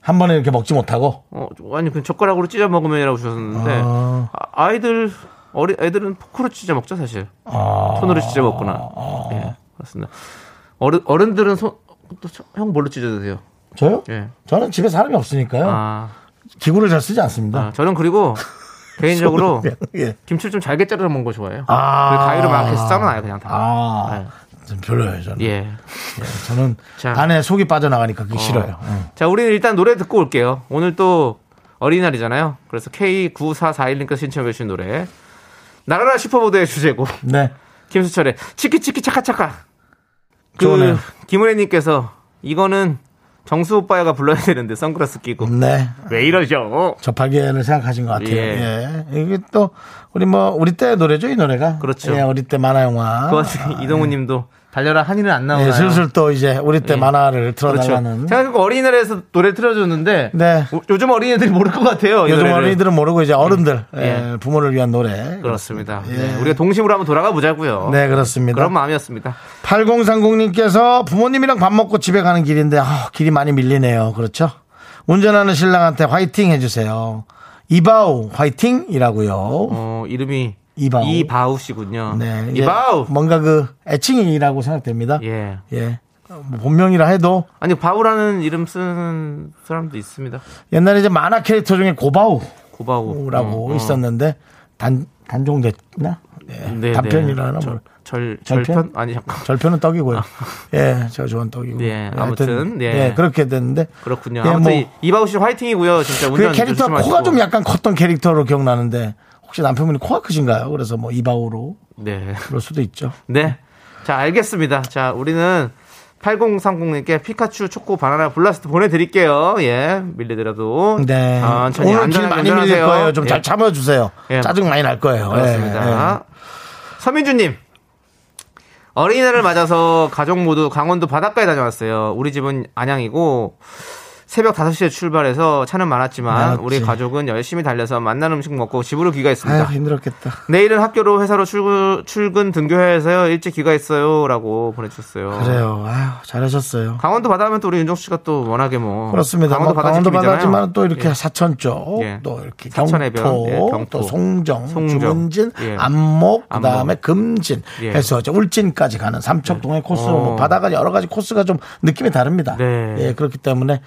A: 한 번에 이렇게 먹지 못하고
B: 어, 아니 그 젓가락으로 찢어 먹으면이라고 주셨는데
A: 아.
B: 아, 이들 어리 애들은 포크로 찢어 먹죠 사실.
A: 아.
B: 손으로 찢어 먹거나. 예, 그렇습니다. 어른 어른들은 손형 뭘로 찢어 드세요?
A: 저요?
B: 예.
A: 저는 집에 사람이 없으니까요.
B: 아,
A: 기구를 잘 쓰지
B: 아,
A: 않습니다.
B: 저는 그리고 개인적으로
A: 그냥, 예.
B: 김치를 좀 잘게 자르는 먹는 거 좋아해요.
A: 아.
B: 그 가위로 막 이렇게 싸놔요 그냥 다.
A: 아, 좀 별로예요 저는.
B: 예. 예.
A: 저는
B: 자.
A: 안에 속이 빠져나가니까 그게 싫어요. 음. 예. 응.
B: 자, 우리는 일단 노래 듣고 올게요. 오늘 또 어린이날이잖아요. 그래서 K9441님께서 신청해 주신 노래. 나라라 슈퍼보드의 주제곡.
A: 네.
B: 김수철의 치키치키 차카차카.
A: 좋네요.
B: 그 김은혜님께서 이거는 정수 오빠야가 불러야 되는데 선글라스 끼고 그
A: 네.
B: 왜 이러죠?
A: 접하기를 생각하신 것 같아요.
B: 예.
A: 예. 이게 또 우리 뭐 우리 때 노래죠 이 노래가.
B: 그렇죠.
A: 예, 우리 때 만화 영화.
B: 그 와중에 이동우님도 달려라 한이는 안 나오나요?
A: 예, 네. 슬슬 또 이제 우리 때 만화를
B: 예. 그렇죠.
A: 틀어달라는.
B: 제가 그 어린이날에서 노래 틀어줬는데
A: 네.
B: 오- 요즘 어린이들이 모를 것 같아요. 이
A: 요즘
B: 노래를.
A: 어린이들은 모르고 이제 어른들
B: 예.
A: 예, 부모를 위한 노래.
B: 그렇습니다.
A: 예.
B: 네, 우리가 동심으로 한번 돌아가 보자고요.
A: 네 그렇습니다.
B: 그런 마음이었습니다.
A: 8030님께서 부모님이랑 밥 먹고 집에 가는 길인데 아, 길이 많이 밀리네요. 그렇죠? 운전하는 신랑한테 화이팅 해주세요. 이바우 화이팅이라고요.
B: 어, 이름이
A: 이바우.
B: 이바우 씨군요.
A: 네, 이게
B: 이바우.
A: 뭔가 그 애칭이라고 생각됩니다. 예.
B: 예.
A: 어, 뭐 본명이라 해도
B: 아니 바우라는 이름 쓰는 사람도 있습니다.
A: 옛날에 이제 만화 캐릭터 중에 고바우라고
B: 고바우라고 어,
A: 있었는데 단 단종됐나?
B: 네,
A: 예. 단편이라나 뭐.
B: 절,
A: 절편?
B: 절편? 아니 잠깐.
A: 절편은 떡이고요. 예, 제가 좋아하는 떡이고.
B: 아. 예, 아무튼, 예.
A: 그렇게 됐는데.
B: 그렇군요.
A: 예,
B: 아무튼
A: 뭐.
B: 이- 이바우 씨 화이팅이고요. 진짜
A: 그
B: 운전
A: 캐릭터 가
B: 조심하시고.
A: 코가 좀 약간 컸던 캐릭터로 기억나는데 혹시 남편분이 코가 크신가요? 그래서 뭐 이바오로
B: 네.
A: 그럴 수도 있죠.
B: 네. 자, 알겠습니다. 자, 우리는 8030님께 피카츄 초코 바나나 블라스트 보내드릴게요. 예, 밀리더라도.
A: 네.
B: 천천히
A: 오늘 길
B: 안전하게
A: 많이 밀릴
B: 운전하세요.
A: 거예요. 좀 잘
B: 예,
A: 참아주세요.
B: 예.
A: 짜증 많이 날 거예요. 예, 예.
B: 그렇습니다. 서민주님. 어린이날을 맞아서 가족 모두 강원도 바닷가에 다녀왔어요. 우리 집은 안양이고 새벽 5시에 출발해서 차는 많았지만
A: 많았지.
B: 우리 가족은 열심히 달려서 맛난 음식 먹고 집으로 귀가했습니다.
A: 아유 힘들었겠다.
B: 내일은 학교로 회사로 출근, 출근 등교해서요. 일찍 귀가했어요. 라고 보내주셨어요.
A: 그래요. 아유 잘하셨어요.
B: 강원도 바다 하면 또 우리 윤정수 씨가 또 워낙에 뭐
A: 그렇습니다.
B: 강원도
A: 강원도,
B: 바다
A: 강원도
B: 지킴이잖아요.
A: 바다지만 또 이렇게
B: 예.
A: 사천 쪽,
B: 예.
A: 또 이렇게
B: 사천
A: 경포,
B: 해변, 예, 경포.
A: 또 송정,
B: 송정.
A: 주문진,
B: 예.
A: 안목,
B: 안목.
A: 그다음에 금진
B: 예.
A: 해서 이제 울진까지 가는 삼척동의 코스로 뭐
B: 어.
A: 바다가 여러 가지 코스가 좀 느낌이 다릅니다.
B: 네.
A: 예, 그렇기 때문에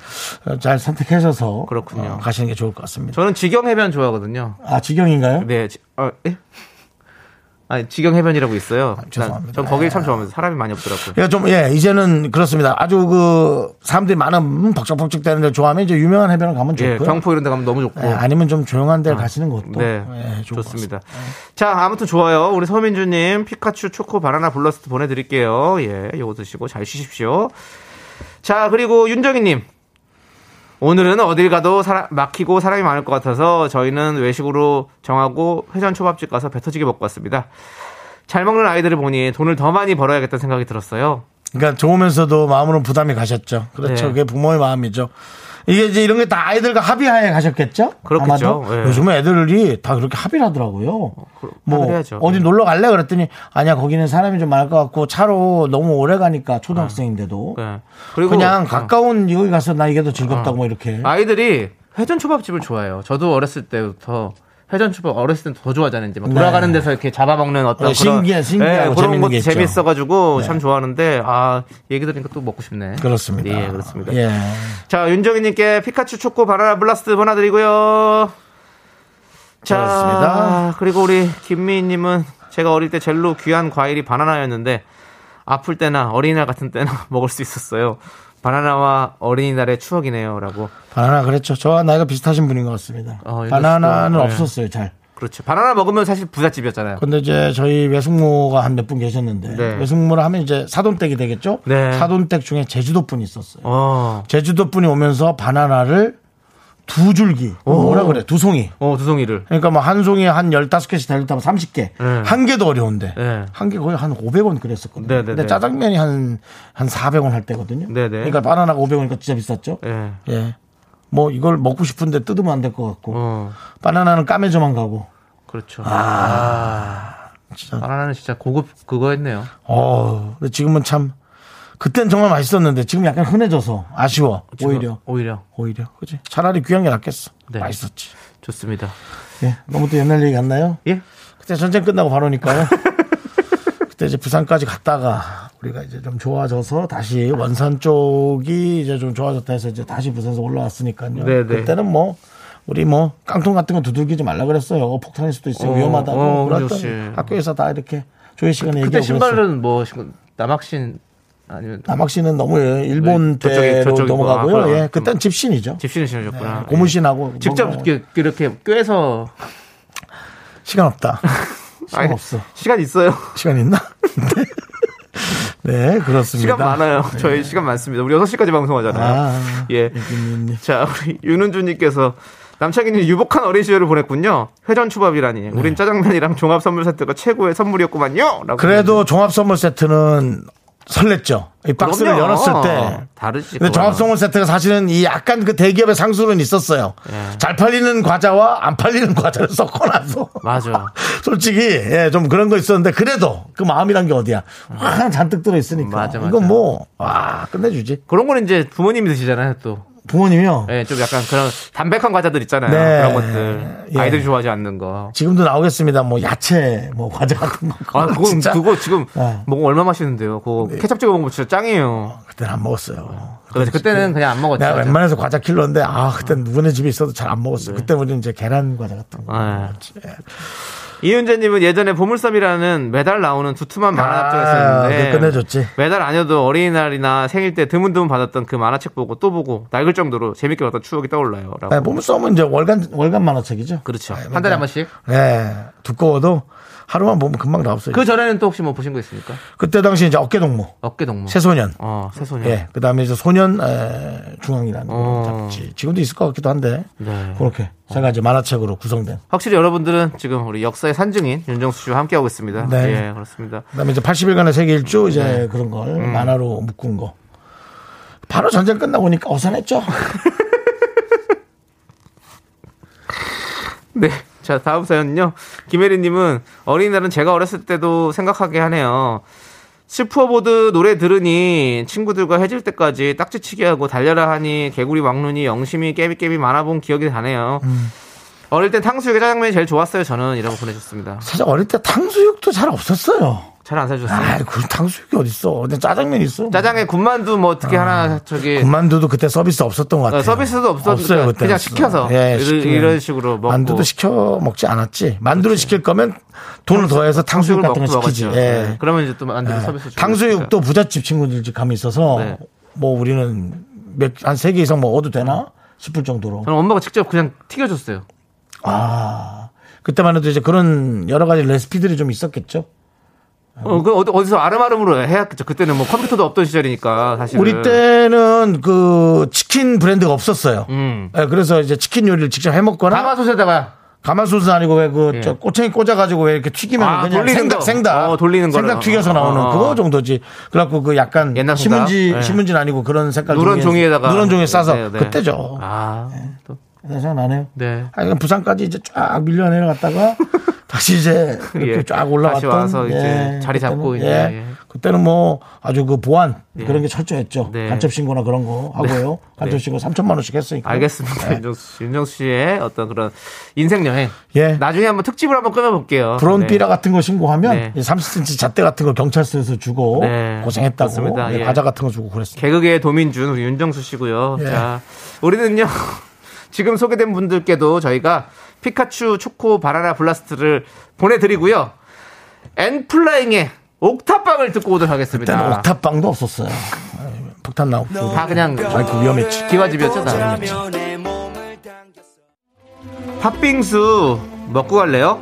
A: 어, 잘 선택하셔서
B: 그렇군요.
A: 어, 가시는 게 좋을 것 같습니다.
B: 저는 지경 해변 좋아하거든요.
A: 아 지경인가요?
B: 네, 지, 어, 예? 아니 지경 해변이라고 있어요. 난-
A: 아, 죄송합니다.
B: 전 거길 참 좋아합니다. 사람이 많이 없더라고요.
A: 예, 좀, 예, 이제는 그렇습니다. 아주 그, 사람들이 많은 벅적벅적 되는 데를 좋아하면 이제 유명한 해변을 가면 좋고요.
B: 예, 경포 이런 데 가면 너무 좋고.
A: 예, 아니면 좀 조용한 데를 가시는 것도
B: 네,
A: 예, 좋을 것
B: 좋습니다. 자, 아무튼 좋아요. 우리 서민주님 피카츄 초코 바나나 블러스트 보내드릴게요. 예, 요거 드시고 잘 쉬십시오. 자, 그리고 윤정희님. 오늘은 어딜 가도 사람- 막히고 사람이 많을 것 같아서 저희는 외식으로 정하고 회전 초밥집 가서 배 터지게 먹고 왔습니다. 잘 먹는 아이들을 보니 돈을 더 많이 벌어야겠다는 생각이 들었어요.
A: 그러니까 좋으면서도 마음으로는 부담이 가셨죠. 그렇죠.
B: 네.
A: 그게 부모의 마음이죠. 이게 이제 이런 게 다 아이들과 합의하에 가셨겠죠?
B: 그렇겠죠.
A: 아마도
B: 예.
A: 요즘에 애들이 다 그렇게 합의를 하더라고요. 뭐
B: 합의해야죠.
A: 어디
B: 예.
A: 놀러 갈래 그랬더니 아니야 거기는 사람이 좀 많을 것 같고 차로 너무 오래 가니까 초등학생인데도
B: 네.
A: 그냥
B: 어.
A: 가까운 여기 가서 나 이게 더 즐겁다고 뭐 이렇게
B: 아이들이 회전 초밥집을 좋아해요. 저도 어렸을 때부터 회전 초밥 어렸을 때 더 좋아하잖아요. 이제 막
A: 네.
B: 돌아가는 데서 이렇게 잡아먹는 어떤
A: 네, 신기해,
B: 그런
A: 신기하고 재밌는
B: 것도
A: 게 있죠. 네.
B: 재밌어가지고 참 좋아하는데 아 얘기 들으니까 또 먹고 싶네.
A: 그렇습니다.
B: 예, 그렇습니다.
A: 예.
B: 자 윤정희님께 피카츄 초코 바나나 블라스트 보내드리고요. 자
A: 그렇습니다.
B: 그리고 우리 김미희님은 제가 어릴 때 젤로 귀한 과일이 바나나였는데 아플 때나 어린이날 같은 때나 먹을 수 있었어요. 바나나와 어린이날의 추억이네요라고.
A: 바나나 그랬죠. 저와 나이가 비슷하신 분인 것 같습니다.
B: 어, 이거 진짜,
A: 바나나는
B: 예.
A: 없었어요 잘.
B: 그렇죠. 바나나 먹으면 사실 부잣집이었잖아요.
A: 근데 이제 저희 외숙모가 한 몇 분 계셨는데
B: 네.
A: 외숙모를 하면 이제 사돈댁이 되겠죠.
B: 네.
A: 사돈댁 중에 제주도 분이 있었어요.
B: 어.
A: 제주도 분이 오면서 바나나를 두 줄기. 뭐라 그래? 두 송이.
B: 어, 두송이를.
A: 그러니까 뭐 한 송이에 한 15개씩 달렸다면 30개. 한 개도 어려운데.
B: 네.
A: 한 개 거의 한 500원 그랬었거든요.
B: 네, 네,
A: 근데
B: 네.
A: 짜장면이 한, 한 400원 할 때거든요.
B: 네, 네.
A: 그러니까 바나나가 500원이니까 진짜 비쌌죠.
B: 예.
A: 예. 뭐 이걸 먹고 싶은데 뜯으면 안 될 것 같고.
B: 어,
A: 바나나는 까매져만 가고.
B: 그렇죠. 아.
A: 진짜.
B: 바나나는 진짜 고급 그거였네요.
A: 어, 근데 지금은 참. 그땐 정말 맛있었는데 지금 약간 흔해져서 아쉬워. 오히려.
B: 오히려.
A: 오히려. 그지 차라리 귀한 게 낫겠어.
B: 그렇죠. 네.
A: 맛있었지.
B: 좋습니다.
A: 예. 너무 또 옛날 얘기 안 나요?
B: 예?
A: 그때 전쟁 끝나고 바로니까요. 그때 이제 부산까지 갔다가 우리가 이제 좀 좋아져서 다시 원산 쪽이 이제 좀 좋아졌다 해서 이제 다시 부산에서 올라왔으니까요.
B: 네네.
A: 그때는 뭐 우리 뭐 깡통 같은 거 두들기지 말라 그랬어요. 폭탄일 수도 있어요.
B: 어,
A: 위험하다고
B: 어, 그렇지.
A: 그랬더니 학교에서 다 이렇게 조회 시간에
B: 그때
A: 얘기하고 그랬어요.
B: 신발은 뭐 신고- 남학신 아니면
A: 남학씨는 너무 예, 일본
B: 네, 저쪽이-
A: 때로
B: 저쪽이
A: 넘어가고요.
B: 뭐가
A: 예, 그땐 집신이죠.
B: 아,
A: 예,
B: 집신을 신으셨구나.
A: 네,
B: 예.
A: 고무신하고 뭐
B: 직접
A: 뭔가
B: 이렇게, 이렇게 꿰서
A: 시간 없다. 시간 없어.
B: 시간 있어요.
A: 시간 있나? 네, 그렇습니다.
B: 시간
A: 네.
B: 많아요. 저희 시간 많습니다. 우리 6시까지 방송하잖아요.
A: 아,
B: 예.
A: 이기민님.
B: 자, 우리 윤은주님께서 남창희님 유복한 어린 시절을 보냈군요. 회전초밥이라니.
A: 네.
B: 우린 짜장면이랑 종합선물 세트가 최고의 선물이었구만요. 라고
A: 그래도 종합 선물 세트는 설렜죠. 이 박스를
B: 그럼요. 어,
A: 열었을 때.
B: 다르지.
A: 근데
B: 그거는.
A: 종합 선물 세트가 사실은 이 약간 그 대기업의 상수는 있었어요.
B: 예.
A: 잘 팔리는 과자와 안 팔리는 과자를 섞어놔서.
B: 맞아.
A: 솔직히 예, 좀 그런 거 있었는데 그래도 그 마음이란 게 어디야? 아, 잔뜩 들어 있으니까.
B: 맞아, 맞아.
A: 이거 뭐 와, 끝내주지.
B: 그런 거는 이제 부모님이 드시잖아요, 또.
A: 부모님이요.
B: 예, 좀 약간 그런 담백한 과자들 있잖아요.
A: 네.
B: 그런 것들.
A: 예.
B: 아이들이 좋아하지 않는 거.
A: 지금도 나오겠습니다. 뭐 야채 뭐 과자 같은 거.
B: 아, 그거,
A: 진짜
B: 그거 지금
A: 어. 네.
B: 먹으면 얼마 맛있는데요. 그거 케첩 찍어 먹으면 진짜 짱이에요.
A: 그때는 안 먹었어요.
B: 그래서 그때는 그냥 안 먹었죠.
A: 내가 네, 웬만해서 과자 킬러인데 아 그때 누구네 집에 있어도 잘 안 먹었어. 요 그때 우리는 이제 계란 과자 같은 거.
B: 네. 아. 예. 이윤재님은 예전에 보물섬이라는 매달 나오는 두툼한 만화책이었는데
A: 그거 아, 끝내줬지.
B: 매달 아니어도 어린이날이나 생일 때 드문드문 받았던 그 만화책 보고 또 보고 낡을 정도로 재밌게 봤던 추억이 떠올라요. 라고.
A: 네, 보물섬은 이제 월간 월간 만화책이죠.
B: 그렇죠. 한 달에 한 번씩.
A: 네, 두꺼워도 하루만 보면 금방 다 없어요.
B: 그 전에는 또 혹시 뭐 보신 거 있습니까?
A: 그, 때 당시 이제 어깨 동무,
B: 어깨 동무.
A: 새소년,
B: 어, 새소년.
A: 예, 그 다음에 이제 소년 에, 중앙이라는
B: 어.
A: 잡지. 지금도 있을 것 같기도 한데
B: 네.
A: 그렇게 세 가지 만화책으로 구성된.
B: 확실히 여러분들은 지금 우리 역사의 산증인 윤정수 씨와 함께하고 있습니다.
A: 네.
B: 예, 그렇습니다.
A: 그다음에 이제 80일간의 세계 일주 이제 그런 걸 만화로 묶은 거. 바로 전쟁 끝나고 오니까 어선했죠.
B: 네. 자, 다음 사연은요. 김혜리님은 어린이날은 제가 어렸을 때도 생각하게 하네요. 슈퍼보드 노래 들으니 친구들과 해질 때까지 딱지치기 하고 달려라 하니 개구리 왕눈이 영심이 깨비깨비 많아본 기억이 나네요.
A: 음.
B: 어릴 땐 탕수육에 짜장면이 제일 좋았어요. 저는 이라고 보내셨습니다.
A: 사실 어릴 때 탕수육도 잘 없었어요.
B: 잘 안 사주셨어요.
A: 아, 그 탕수육이 어딨어? 근데 짜장면 있어.
B: 짜장에 군만두 뭐 어떻게 하나 저기
A: 아. 군만두도 그때 서비스 없었던 것 같아요.
B: 어, 서비스도 없었-
A: 없어요, 그때.
B: 그냥 시켜서. 이런- 이런 식으로 먹고.
A: 만두도 시켜 먹지 않았지. 만두를 시킬 거면 돈을 더해서
B: 탕수육을
A: 탕수육 같은
B: 먹고
A: 거 시키지.
B: 먹었죠.
A: 예.
B: 네. 그러면 이제 또 만두
A: 예.
B: 서비스 주고 그러니까.
A: 탕수육도 부잣집 친구들 집 가면 있어서
B: 네.
A: 뭐 우리는 몇 한 세 개 이상 먹어도 되나 싶을 정도로.
B: 어. 저는 엄마가 직접 그냥 튀겨줬어요.
A: 아 그때만 해도 이제 그런 여러 가지 레시피들이 좀 있었겠죠.
B: 어, 그 어디- 어디서 아름아름으로 해야겠죠. 그때는 뭐 컴퓨터도 없던 시절이니까 사실.
A: 우리 때는 그 치킨 브랜드가 없었어요.
B: 음.
A: 예, 그래서 이제 치킨 요리를 직접 해 먹거나
B: 가마솥에다가
A: 가마솥은 아니고 왜 그
B: 예.
A: 저 꼬챙이 꽂아가지고 왜 이렇게 튀기면
B: 아,
A: 그냥
B: 돌리는
A: 생닭
B: 거.
A: 생닭
B: 어, 돌리는 거를.
A: 생닭 튀겨서 나오는
B: 어, 어.
A: 그거 정도지. 그래갖고 그 약간
B: 옛날 생각?
A: 신문지
B: 예.
A: 신문지는 아니고 그런 색깔
B: 누런
A: 종이에-
B: 종이에다가
A: 누런 종이에 싸서
B: 네, 네.
A: 그때죠.
B: 아,
A: 네.
B: 또
A: 생각 나네요.
B: 네.
A: 아, 이건 부산까지 이제 쫙 밀려 내려갔다가 다시 이제 이렇게
B: 예.
A: 쫙 올라왔던
B: 다시 와서 이제 자리 잡고
A: 그때는,
B: 이제,
A: 예.
B: 예.
A: 그때는 뭐 아주 그 보안 그런 게 철저했죠.
B: 네.
A: 간첩 신고나 그런 거 하고요. 간첩 신고 3천만 원씩 했으니까.
B: 알겠습니다.
A: 네.
B: 윤정수, 씨. 윤정수 씨의 어떤 그런 인생 여행.
A: 예.
B: 나중에 한번 특집을 한번 끊어볼게요.
A: 브론비라 같은 거 신고하면
B: 네.
A: 이 30cm 잣대 같은 거 경찰서에서 주고
B: 네.
A: 고생했다고
B: 그렇습니다.
A: 예,
B: 예.
A: 과자 같은 거 주고 그랬습니다.
B: 개그계의 도민준 우리 윤정수 씨고요.
A: 예.
B: 자, 우리는요. 지금 소개된 분들께도 저희가 피카츄 초코 바나나 블라스트를 보내드리고요. 엔플라잉의 옥탑방을 듣고 오도록 하겠습니다.
A: 일단 옥탑방도 없었어요. 아니, 폭탄 나오고
B: 다 그냥
A: 아이고 위험했지.
B: 기와집이었죠, 다. 팥빙수 먹고 갈래요?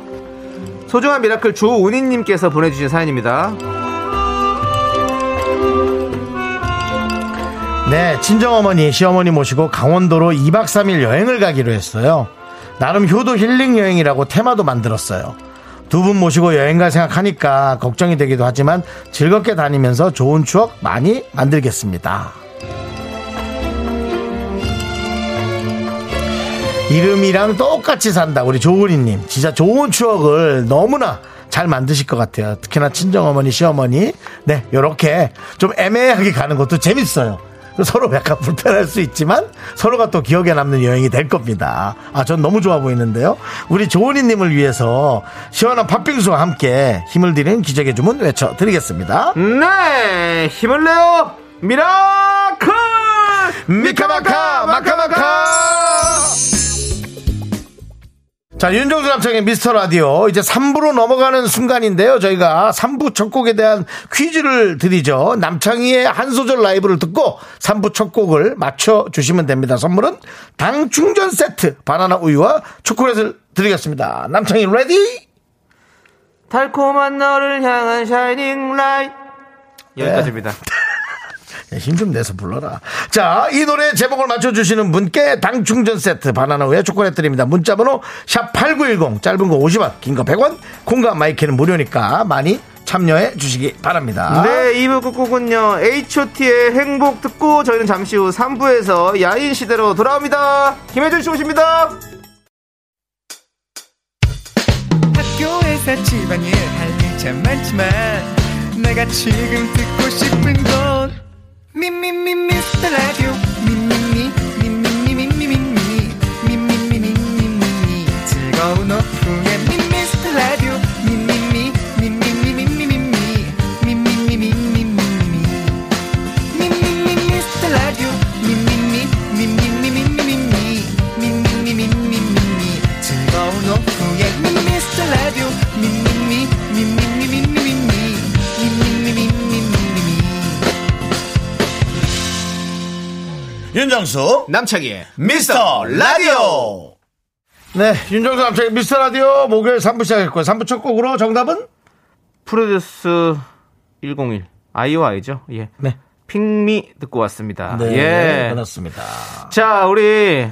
B: 소중한 미라클 조은희님께서 보내주신 사연입니다.
A: 네, 친정어머니, 시어머니 모시고 강원도로 2박 3일 여행을 가기로 했어요. 나름 효도 힐링 여행이라고 테마도 만들었어요. 두 분 모시고 여행 갈 생각하니까 걱정이 되기도 하지만 즐겁게 다니면서 좋은 추억 많이 만들겠습니다. 이름이랑 똑같이 산다. 우리 조은이님. 진짜 좋은 추억을 너무나 잘 만드실 것 같아요. 특히나 친정어머니, 시어머니. 네, 요렇게 좀 애매하게 가는 것도 재밌어요. 서로 약간 불편할 수 있지만 서로가 또 기억에 남는 여행이 될 겁니다. 아, 전 너무 좋아 보이는데요. 우리 조은이님을 위해서 시원한 팥빙수와 함께 힘을 드리는 기적의 주문 외쳐드리겠습니다.
B: 네, 힘을 내요. 미라클!
A: 미카마카, 마카마카! 자, 윤종수 남창의 미스터 라디오. 이제 3부로 넘어가는 순간인데요. 저희가 3부 첫 곡에 대한 퀴즈를 드리죠. 남창희의 한 소절 라이브를 듣고 3부 첫 곡을 맞춰주시면 됩니다. 선물은 당 충전 세트, 바나나 우유와 초콜릿을 드리겠습니다. 남창희 레디?
B: 달콤한 너를 향한 샤이닝 라이. 여기까지입니다.
A: 네, 힘 좀 내서 불러라. 자, 이 노래 제목을 맞춰주시는 분께 당충전 세트, 바나나 우유, 초콜릿 드립니다. 문자번호 샵8910, 짧은 거 50원, 긴 거 100원, 콩과 마이크는 무료니까 많이 참여해 주시기 바랍니다.
B: 네, 2부 끝곡은요. H.O.T의 행복 듣고 저희는 잠시 후 3부에서 야인 시대로 돌아옵니다. 김혜준 씨 오십니다.
F: 학교에서 집안일 할 일 참 많지만 내가 지금 듣고 싶은 건 미미미 미스터 라디오 미미미 미미미 미미미 미미미 미미미 즐거운 오후에 미스터 라디오 미미미 미미미 미미미 미미미 미미미
E: 윤정수 남창희의 미스터 라디오
A: 네, 윤정수 남창의 미스터 라디오 목요일 3부 시작했고요. 3부 첫 곡으로 정답은?
B: 프로듀스 101. IOI죠? 예.
A: 네.
B: 핑미 듣고 왔습니다.
A: 네,
B: 예.
A: 그렇습니다.
B: 자, 우리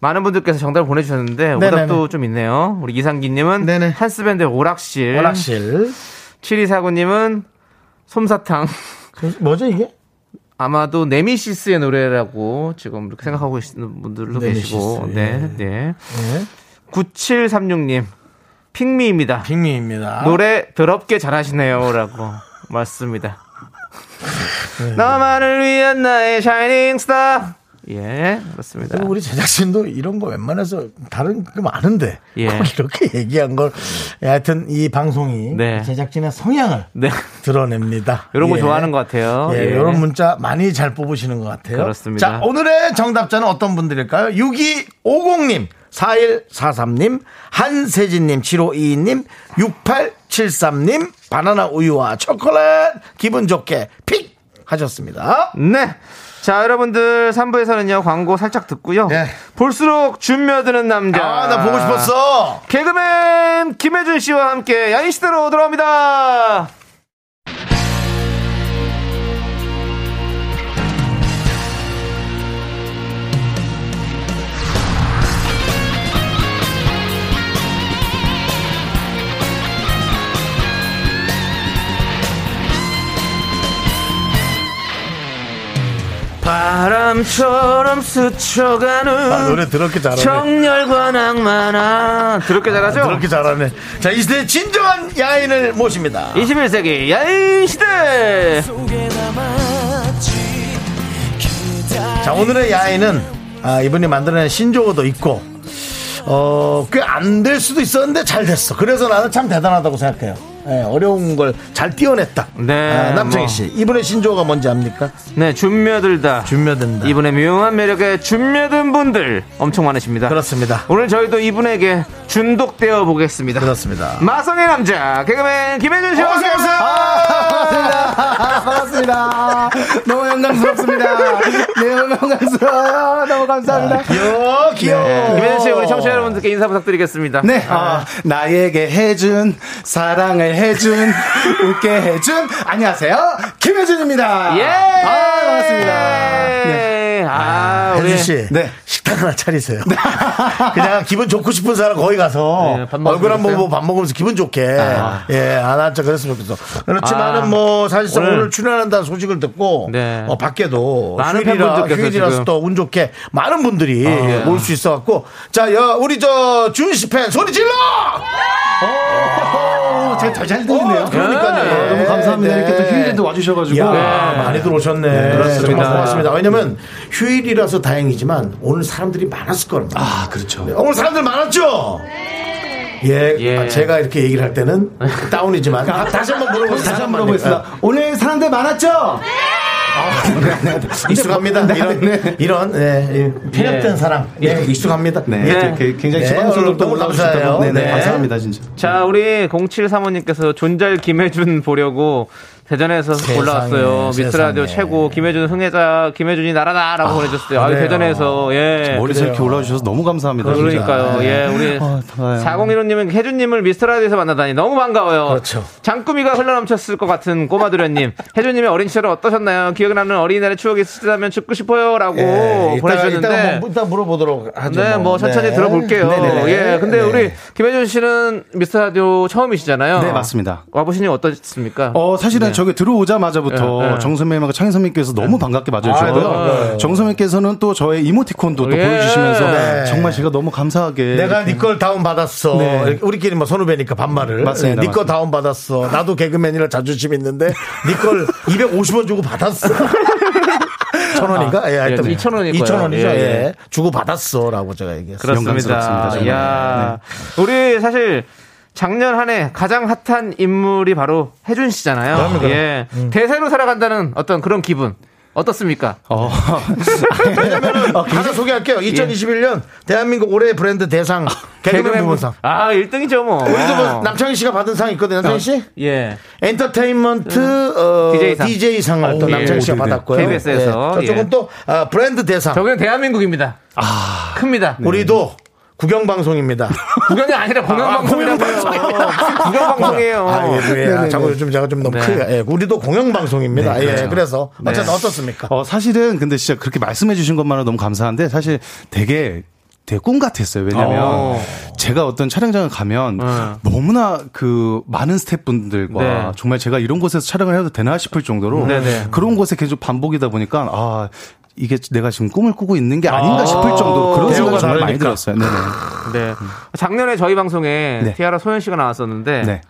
B: 많은 분들께서 정답을 보내주셨는데
A: 네네네.
B: 오답도 좀 있네요. 우리 이상기님은
A: 네네.
B: 한스밴드 오락실,
A: 오락실.
B: 예. 7249님은 솜사탕.
A: 그 뭐죠, 이게?
B: 아마도 네미시스의 노래라고 지금 이렇게 생각하고 계시는 분들도
A: 네미시스,
B: 계시고,
A: 예.
B: 네, 네.
A: 네.
B: 9736님, 핑미입니다.
A: 빅미입니다.
B: 노래 더럽게 잘하시네요라고 맞습니다. 너만을 위한 나의 샤이닝 스타. 예, 그렇습니다.
A: 그리고 우리 제작진도 이런 거 웬만해서 다른 거 많은데
B: 예.
A: 꼭 이렇게 얘기한 걸 예, 하여튼 이 방송이
B: 네.
A: 제작진의 성향을
B: 네.
A: 드러냅니다.
B: 이런 거
A: 예.
B: 좋아하는 것 같아요.
A: 예, 이런 문자 많이 잘 뽑으시는 것 같아요.
B: 그렇습니다.
A: 자, 오늘의 정답자는 어떤 분들일까요? 6250님, 4143님, 한세진님, 7522님, 6873님, 바나나 우유와 초콜릿 기분 좋게 픽 하셨습니다.
B: 네. 자, 여러분들 3부에서는요. 광고 살짝 듣고요.
A: 예.
B: 볼수록 준며드는 남자.
A: 아, 나 보고 싶었어.
B: 개그맨 김혜준 씨와 함께 야인시대로 돌아옵니다. 바람처럼 스쳐가는
A: 아, 노래 더럽게 잘하네.
B: 정열과 낭만아 그렇게 잘하죠?
A: 그렇게 잘하네. 자, 이 시대의 진정한 야인을 모십니다.
B: 21세기 야인 시대
A: 자, 오늘의 야인은 아, 이분이 만들어낸 신조어도 있고 어, 꽤 안 될 수도 있었는데 잘 됐어. 그래서 나는 참 대단하다고 생각해요. 예, 어려운 걸 잘 띄워냈다.
B: 네,
A: 아, 남정희
B: 뭐.
A: 씨, 이분의 신조어가 뭔지 압니까?
B: 네 준며들다
A: 준며든다.
B: 이분의 묘한 매력에 준며든 분들 엄청 많으십니다
A: 그렇습니다.
B: 오늘 저희도 이분에게 준독되어 보겠습니다
A: 그렇습니다.
B: 마성의 남자 개그맨 김혜준 씨 어서 오세요
A: 아, 반갑습니다.
G: 반갑습니다. 너무 영광스럽습니다. 네, 너무 영광스러워요. 너무 감사합니다.
E: 귀여워, 귀여워.
B: 네, 김혜진 씨, 우리 청취자 여러분들께 인사 부탁드리겠습니다.
G: 네, 아, 나에게 해준, 사랑을 해준, 웃게 해준, 안녕하세요. 김혜준입니다.
B: 예! 네.
G: 아, 반갑습니다.
B: 아, 우리.
A: 혜준 씨,
G: 네.
A: 식당 하나 차리세요. 그냥 기분 좋고 싶은 사람 거기 가서
B: 네, 밥 먹으면서
A: 얼굴 한번
B: 드세요?
A: 보고 밥 먹으면서 기분 좋게 예, 안 한자 그랬으면 좋겠어. 그렇지만은
B: 아,
A: 뭐 사실상 오늘,
B: 오늘
A: 출연한다는 소식을 듣고
B: 네.
A: 어, 밖에도
B: 많은
A: 휴일이라,
B: 팬분들께서
A: 휴일이라서
B: 지금. 아, 예.
A: 또 운 좋게 많은 분들이 올 수 있어 갖고 자, 여, 우리 저 준 씨 팬 소리 질러!
G: 오, 제가 잘, 잘 들리네요.
A: 어, 그러니까요.
G: 아, 너무 감사합니다.
A: 네.
G: 이렇게 또 휴일에도 와주셔가지고. 네.
A: 야, 많이들 오셨네. 정말 고맙습니다. 네. 왜냐면 휴일이라서 다행이지만 오늘 사람들이 많았을 겁니다.
G: 아, 그렇죠.
A: 어, 오늘 사람들 많았죠? 예,
B: 예.
A: 아, 제가 이렇게 얘기를 할 때는 다운이지만 다- 다시 한번 물어보겠습니다.
G: 다시 한번 물어보겠습니다. 오늘 사람들 많았죠?
A: 아, 익숙합니다. 이런 이런 예, 예, 편협된
B: 예.
A: 네, 사랑, 예, 익숙합니다.
G: 네.
A: 예.
B: 네.
G: 그- 굉장히
A: 네,
G: 지방스러운
A: 너무
G: 또
A: 감사해요.
G: 올라오셨다고. 네네.
A: 네.
G: 감사합니다, 진짜.
B: 자, 우리 0735님께서 존잘 김혜준 보려고 대전에서
A: 세상에,
B: 올라왔어요. 미스라디오
A: 세상에.
B: 최고. 김혜준 흥해자, 김혜준이 날아다! 라고 보내줬어요. 아,
A: 그래요.
B: 대전에서,
A: 네,
B: 예.
G: 멀리서 이렇게 올라와주셔서 너무 감사합니다. 진짜.
B: 그러니까요. 예, 우리
A: 어,
G: 아, 다행이다.
B: 4015님은 혜준님을 미스터라디에서 만나다니 너무 반가워요.
A: 그렇죠.
B: 장꾸미가 흘러넘쳤을 것 같은 꼬마도련님. 혜준님의 어린 시절 어떠셨나요? 기억에 남는 어린이날의 추억이 있으시다면 죽고 싶어요. 라고
A: 예, 이따가-
B: 보내주셨는데.
A: 이따가 뭐- 이따 물어보도록 하죠.
B: 네, 뭐 천천히 들어볼게요.
A: 네네네.
B: 예, 근데
A: 네.
B: 우리 김혜준 씨는 미스터라디오 처음이시잖아요.
G: 네, 맞습니다.
B: 와보시니 어떠셨습니까?
G: 어,
A: 네.
G: 사실은 저기 들어오자마자부터
B: 네, 네.
G: 정선배님하고 창선배님께서 너무 반갑게 맞아주셨고요.
A: 아유, 네.
G: 정선배님께서는 또 저의 이모티콘도 또
B: 예.
G: 보여주시면서
A: 네.
G: 정말 제가 너무 감사하게.
A: 내가 네 걸 다운 받았어.
G: 네.
A: 우리끼리 뭐 선후배니까 반말을.
G: 맞습니다,
A: 네거
G: 맞습니다.
A: 다운 받았어. 나도 개그맨이라 자존심 있는데 네걸 250원 주고 받았어. 천 원인가? 예, 하여튼
B: 예, 이천 원일 거예요.
A: 이천 원이죠.
B: 예,
A: 예,
B: 예.
A: 주고 받았어라고 제가 얘기했어요.
G: 영광스럽습니다, 정말. 네.
B: 야, 우리 사실 작년 한 해 가장 핫한 인물이 바로 혜준 씨잖아요. 예,
G: 음.
B: 대세로 살아간다는 어떤 그런 기분 어떻습니까?
G: 어,
A: 어, 하나 소개할게요. 2021년 대한민국 올해의 브랜드 대상 개그맨 부문상.
B: 아, 1등이죠 뭐.
A: 우리도 뭐
B: 어.
A: 남창희 씨가 받은 상 있거든요. 남창희 씨?
B: 예,
A: 엔터테인먼트 어,
B: DJ 상.
A: DJ 상을 또
B: 오,
A: 남창희 씨가
G: 예.
A: 받았고요.
B: KBS 에서,
A: 예. 저쪽은
B: 예.
A: 또 아, 브랜드 대상.
B: 저기는 대한민국입니다. 큽니다.
A: 우리도 구경 방송입니다.
B: 네. 구경이 아니라 공영방송이라고요. 구경방송이에요.
A: 아, 예, 예. 아, 자꾸 요즘 제가 좀 너무
B: 네.
A: 크게. 예, 우리도 공영방송입니다. 예, 그래서. 어쨌든
B: 네.
A: 어떻습니까?
G: 어, 사실은 근데 진짜 그렇게 말씀해주신 것만으로 너무 감사한데 사실 되게 되게 꿈 같았어요. 왜냐면
B: 어.
G: 제가 어떤 촬영장을 가면 너무나 그 많은 스태프분들과
B: 네.
G: 정말 제가 이런 곳에서 촬영을 해도 되나 싶을 정도로
B: 네네.
G: 그런 곳에 계속 반복이다 보니까 아 이게 내가 지금 꿈을 꾸고 있는 게 아닌가 싶을 정도로 그런 생각이
A: 배우가
G: 정말 많이
A: 다르니까.
G: 들었어요. 네네.
B: 네. 작년에 저희 방송에
G: 음. 네.
B: 티아라 소연 씨가 나왔었는데
G: 네.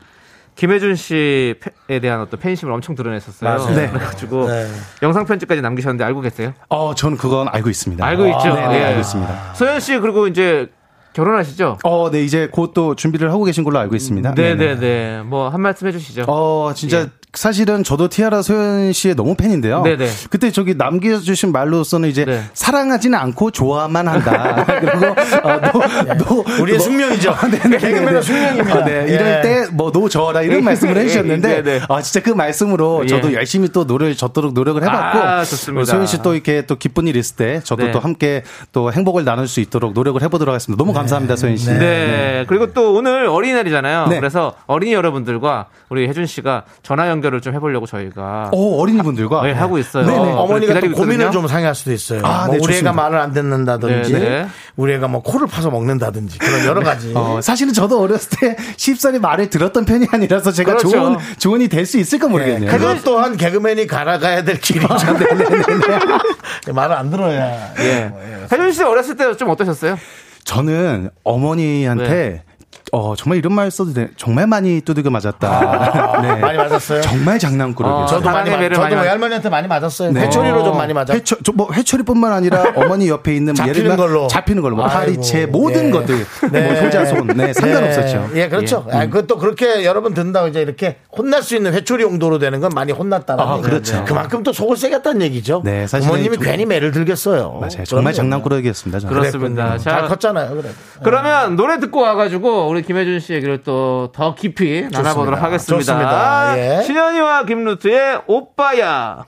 B: 김혜준 씨에 대한 어떤 팬심을 엄청 드러냈었어요.
A: 맞아요.
G: 네.
B: 그래가지고
A: 네.
B: 영상 편집까지 남기셨는데 알고 계세요?
G: 어, 저는 그건 알고 있습니다.
B: 알고 있죠.
G: 네, 네,
B: 예.
G: 알고 있습니다.
B: 소연 씨 그리고 이제 결혼하시죠?
G: 어, 네 이제 곧 또 준비를 하고 계신 걸로 알고 있습니다. 네네.
B: 네네네. 뭐 한 말씀 해주시죠.
G: 어, 진짜 사실은 저도 티아라 소연 씨의 너무 팬인데요.
B: 네네.
G: 그때 저기 남겨주신 말로서는 이제
B: 네.
G: 사랑하지는 않고 좋아만 한다. 그리고 어, 노, 노,
A: 우리의
G: 노-
A: 숙명이죠. 개그맨의 숙명입니다.
G: 아, 네. 이럴
A: 예.
G: 때 뭐 노 저어라 이런 말씀을 해주셨는데
B: 네네.
G: 아 진짜 그 말씀으로 저도
B: 예.
G: 열심히 또 노래를 젓도록 노력을 해봤고
B: 아, 좋습니다.
G: 어, 소연 씨 또 이렇게 또 기쁜 일 있을 때 저도
B: 네.
G: 또 함께 또 행복을 나눌 수 있도록 노력을 해보도록 하겠습니다. 너무 감사합니다, 소연 씨.
B: 네. 그리고 또 오늘 어린이날이잖아요.
G: 네.
B: 그래서 어린이 여러분들과 우리 혜준 씨가 전화 연결을 좀 해보려고 저희가
G: 오 어린이분들과 아,
B: 네, 하고 있어요.
G: 네네.
B: 어,
A: 어머니가 또
B: 기다리고
A: 고민을
B: 있거든요.
A: 좀 상의할 수도 있어요.
G: 아, 네,
A: 뭐 우리 애가
G: 좋습니다.
A: 말을 안 듣는다든지,
B: 네, 네.
A: 우리 애가 뭐 코를 파서 먹는다든지, 그런 여러 가지.
G: 어, 사실은 저도 어렸을 때 쉽사리 말을 들었던 편이 아니라서 제가
B: 그렇죠.
G: 좋은 조언이 될 수 있을까
A: 예,
G: 모르겠네요.
A: 그것 또한 개그맨이 갈아가야 될 길이죠.
B: 네,
A: 말을 안 들어야.
B: 예. 혜준 씨 어렸을 때 좀 어떠셨어요?
G: 저는 어머니한테 어, 정말 이런 말 써도 돼. 정말 많이 두들겨 맞았다. 네.
A: 많이 맞았어요?
G: 정말 장난꾸러기.
B: 어,
G: 아, 저-
A: 저도 많이
B: 사랑의
A: 맞,
B: 배를
A: 저도
B: 많이 맞-
A: 외할머니한테 많이 맞았어요.
G: 네.
A: 회초리로 좀 많이 맞았고.
G: 회초, 저 뭐, 회초리뿐만 아니라 어머니 옆에 있는 뭐
A: 잡히는
G: 예를 들면
A: 걸로.
G: 잡히는 걸로. 뭐
A: 아이고,
G: 파리채,
A: 예.
G: 모든 것들. 뭐 효자손. 네, 상관없었죠. 음.
A: 예, 그렇죠. 아, 그것도 그렇게 여러분 듣는다고 이제 이렇게 혼날 수 있는 회초리 용도로 되는 건 많이 혼났다는
G: 아,
A: 얘기죠.
G: 그렇죠.
A: 그만큼 또 속을 세게 했다는 얘기죠.
G: 네, 사실은
A: 부모님이
G: 좀-
A: 괜히 매를 들겠어요.
G: 예. 맞아요. 정말
A: 그럼요.
G: 장난꾸러기였습니다. 저는.
B: 그렇습니다.
A: 잘
B: 자,
A: 컸잖아요. 그래.
B: 그러면 노래 듣고 와가지고 우리 우리 김혜준 씨 얘기를 또 더 깊이 나눠보도록 하겠습니다.
A: 좋습니다. 예.
B: 신현이와 김루트의 오빠야.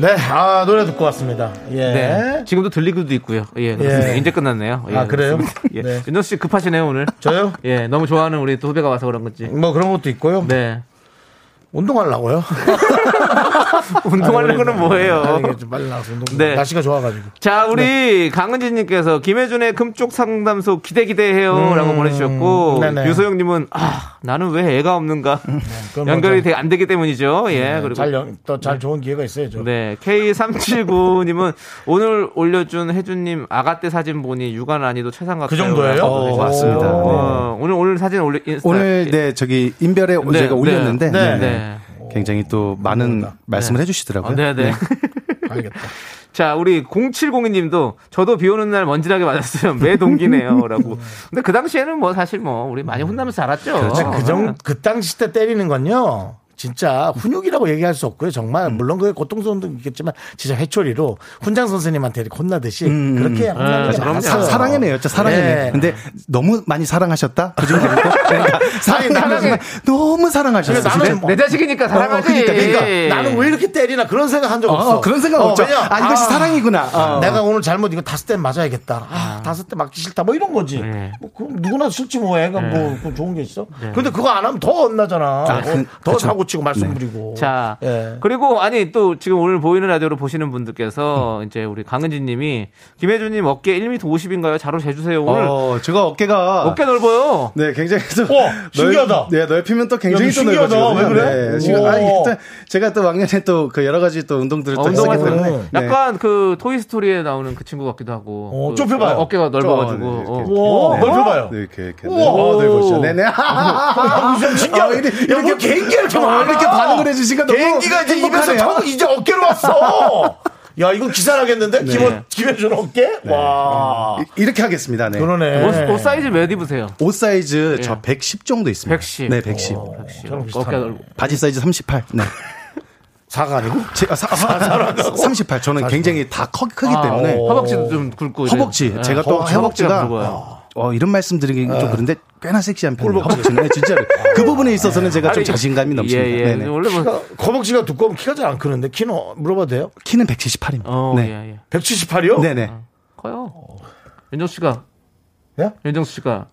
A: 네, 아, 노래 듣고 왔습니다. 예.
B: 네. 지금도 들리고도 있고요. 예. 그렇습니다. 이제 끝났네요. 예,
A: 아, 그래요?
B: 그렇습니다. 예.
A: 네.
B: 윤정 씨 급하시네요, 오늘.
A: 저요?
B: 예, 너무 좋아하는 우리 또 후배가 와서 그런 건지.
A: 뭐 그런 것도 있고요.
B: 네.
A: 운동하려고요.
B: 운동하려고는
A: 아,
B: 뭐예요?
A: 이게 좀 빨리 나와서 운동.
B: 네.
A: 날씨가 좋아가지고.
B: 자, 우리 강은진님께서 김혜준의 금쪽 상담소 기대 기대해요. 라고 보내주셨고,
A: 네네.
B: 유소영님은, 아, 나는 왜 애가 없는가.
A: 그건
B: 연결이
A: 먼저-
B: 되- 안 되기 때문이죠. 예, 그리고.
A: 잘, 또 잘 좋은 기회가 있어야죠.
B: 네, K379님은 오늘 올려준 혜준님 아가 때 사진 보니 육아 난이도 최상각.
A: 그 정도예요? 오,
G: 맞습니다.
B: 어, 오늘 오늘 사진 올리 인스타.
G: 오늘 네 저기 인별에
B: 아, 네,
G: 제가
B: 네.
G: 올렸는데 네,
B: 네.
G: 네. 굉장히 또 많은 말씀을 해주시더라고요.
B: 어, 네, 네.
A: 알겠다.
B: 자, 우리 0702님도 저도 비 오는 날 먼지나게 맞았어요. 매 동기네요라고. 근데 그 당시에는 뭐 사실 뭐 우리 많이 혼나면서 살았죠.
G: 아,
A: 그렇죠. 그 정, 그 당시 때 때리는 건요. 진짜 훈육이라고 얘기할 수 없고요. 정말
G: 음.
A: 물론 그게 고통스러운 도 있겠지만 진짜 회초리로 훈장 선생님한테 이렇게 혼나듯이
G: 음,
A: 그렇게 혼나는 게
B: 그럼요.
A: 많았어요.
G: 아, 사, 사랑해네요, 진짜 사랑해네.
A: 네.
G: 근데 너무 많이 사랑하셨다. 그 정도 그러니까 사랑해면 정말 너무 사랑하셨어요.
A: 그래, 나는
G: 근데
A: 뭐-
B: 내 자식이니까 사랑하지. 예,
G: 그러니까, 그러니까.
A: 네. 나는 왜 이렇게 때리나 그런 생각 한 적 없어.
G: 어, 그런 생각
A: 어,
G: 없죠.
A: 왜냐?
G: 아 이것이 사랑이구나. 어.
A: 내가 오늘 잘못 이거 다섯 대 맞아야겠다. 아, 다섯 대 맞기 싫다. 뭐 이런 거지.
G: 네.
A: 뭐 그럼 누구나 싫지 뭐 애가 뭐 그거 좋은 게 있어. 근데 그거 안 하면 더 혼나잖아. 어,
G: 그-
A: 더
G: 그쵸.
A: 사고 치고 말씀 부리고.
B: 자,
A: 예.
B: 그리고 아니 또 지금 오늘 보이는 라디오로 보시는 분들께서 이제 우리 강은지님이 김혜준님 어깨 1m 50인가요? 자로 재주세요. 오늘
G: 어, 제가 어깨가
B: 어깨 넓어요.
G: 네, 굉장히 좀
A: 오, 신기하다.
G: 넓, 네, 넓히면 또 굉장히
A: 야,
G: 또
A: 신기하다.
G: 넓어지거든요.
A: 왜 그래?
G: 네, 지금 아니,
A: 오.
G: 일단 제가 또 왕년에 또 그 여러 가지 또 운동들을
B: 어,
G: 또
B: 운동할
G: 했었기
A: 때는
G: 때문에 네.
B: 약간 그 토이 스토리에 나오는 그 친구 같기도 하고.
A: 어,
B: 그
A: 좁혀봐요.
B: 어깨가 넓어가지고.
G: 좁아, 네,
B: 어.
G: 이렇게.
A: 오,
G: 네.
A: 넓혀봐요.
G: 네, 이렇게 이렇게.
A: 우와.
G: 어, 네, 보시죠. 네, 네. 무슨
A: 신기하다. 야, 뭐 개인기를 이렇게 많아.
G: 이렇게 반응을 해 주시니까 너무
A: 개인기가 이제 입에서
G: 행복하네요.
A: 터 이제 어깨로 왔어. 네. 야, 이거 기사나겠는데? 김원, 김현준 어깨? 와.
G: 이- 이렇게 하겠습니다. 네.
A: 아. 그러네.
B: 옷, 옷 사이즈 몇 입으세요?
G: 옷 사이즈 저 110 정도 있습니다.
B: 110.
G: 네, 110.
A: 저랑 비슷하네.
B: 어깨 넓고. 어.
G: 바지 사이즈 38. 네.
A: 사가 아니고?
G: 제, 아, 사, 38. 저는 굉장히 다 커, 크기
B: 아,
G: 때문에
B: 어. 허벅지도 좀 굵고. 이래요.
G: 허벅지.
B: 네.
G: 제가 또
B: 허벅지가
G: 허벅지가
B: 굵어요.
G: 어, 이런 말씀드리기 좀 그런데 꽤나 섹시한 편이에요. 허벅지는 진짜로 그 부분에 있어서는 제가 좀
B: 아니,
G: 자신감이 넘칩니다.
B: 예, 예.
G: 네네.
B: 원래 뭐.
A: 거벅지가 두꺼우면 키가 잘 안 크는데 키는 어- 물어봐도 돼요?
G: 키는 178입니다.
B: 어,
G: 네.
B: 예, 예.
A: 178이요?
G: 네네.
B: 커요. 윤정 씨가.
A: 어. 예?
B: 윤정 씨가.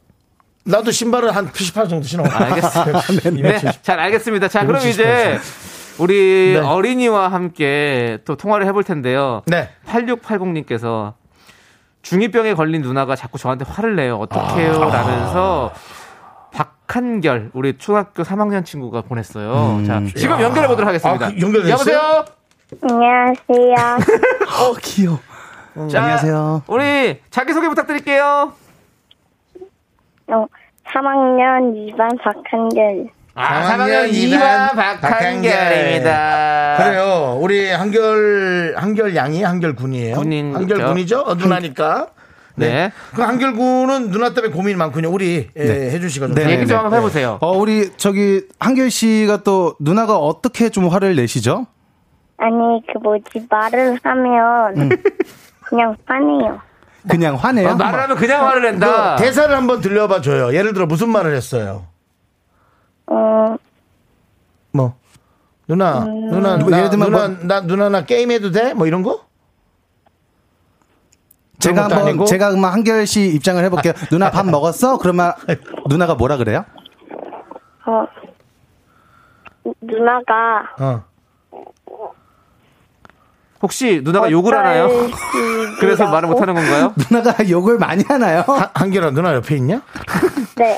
A: 나도 신발은 한 78 정도 신어.
B: 알겠어요. 네, 잘 알겠습니다. 자, 그럼 이제 우리 어린이와 함께 또 통화를 해볼 텐데요.
A: 네.
B: 8680님께서 중이병에 걸린 누나가 자꾸 저한테 화를 내요. 어떡해요?
A: 아.
B: 라면서 박한결 우리 초등학교 3학년 친구가 보냈어요. 자, 지금 연결해 보도록 하겠습니다.
A: 음. 아, 그 연결됐어요?
B: 여보세요?
D: 안녕하세요.
G: 어, 귀여워.
B: 자,
G: 음, 안녕하세요.
B: 우리 자기소개 부탁드릴게요.
D: 어, 3학년 2반 박한결.
B: 아,
A: 3학년
B: 3학년 2반 박한결입니다.
A: 네. 그래요. 우리 한결 한결 양이 한결 군이에요.
B: 군인,
A: 한결
B: 그렇죠.
A: 군이죠. 어, 누나니까. 네.
B: 네.
A: 그 한결 군은 누나 때문에 고민이 많군요. 우리 예, 해준 씨가 좀.
G: 네.
B: 얘기 좀 한번 해보세요.
G: 어, 우리 저기 한결 씨가 또 누나가 어떻게 좀 화를 내시죠?
D: 아니, 그 뭐지,
B: 음.
D: 말을 하면 그냥 화내요.
G: 그냥 화내요?
B: 아, 말을 하면 그냥
G: 뭐,
B: 화를
A: 그
B: 낸다.
A: 대사를 한번 들려봐 줘요. 예를 들어 무슨 말을 했어요.
D: 어,
A: 뭐 누나 누나
G: 뭐,
A: 나,
G: 예를 들면
A: 누나
G: 뭐-
A: 나 누나 나 게임 해도 돼? 뭐 이런 거?
G: 제가
A: 그런 것도
G: 한번
A: 아니고?
G: 제가 한번 한결 씨 입장을 해볼게요. 누나 밥 먹었어? 그러면 누나가 뭐라 그래요?
D: 어, 누나가.
A: 어.
B: 혹시 누나가
G: 어,
B: 욕을 하나요?
D: 어떨지라고?
B: 그래서 말을 못하는
G: 네.
B: 건가요?
G: 누나가 욕을 많이 하나요?
A: 한- 한결아 누나 옆에 있냐?
D: 네.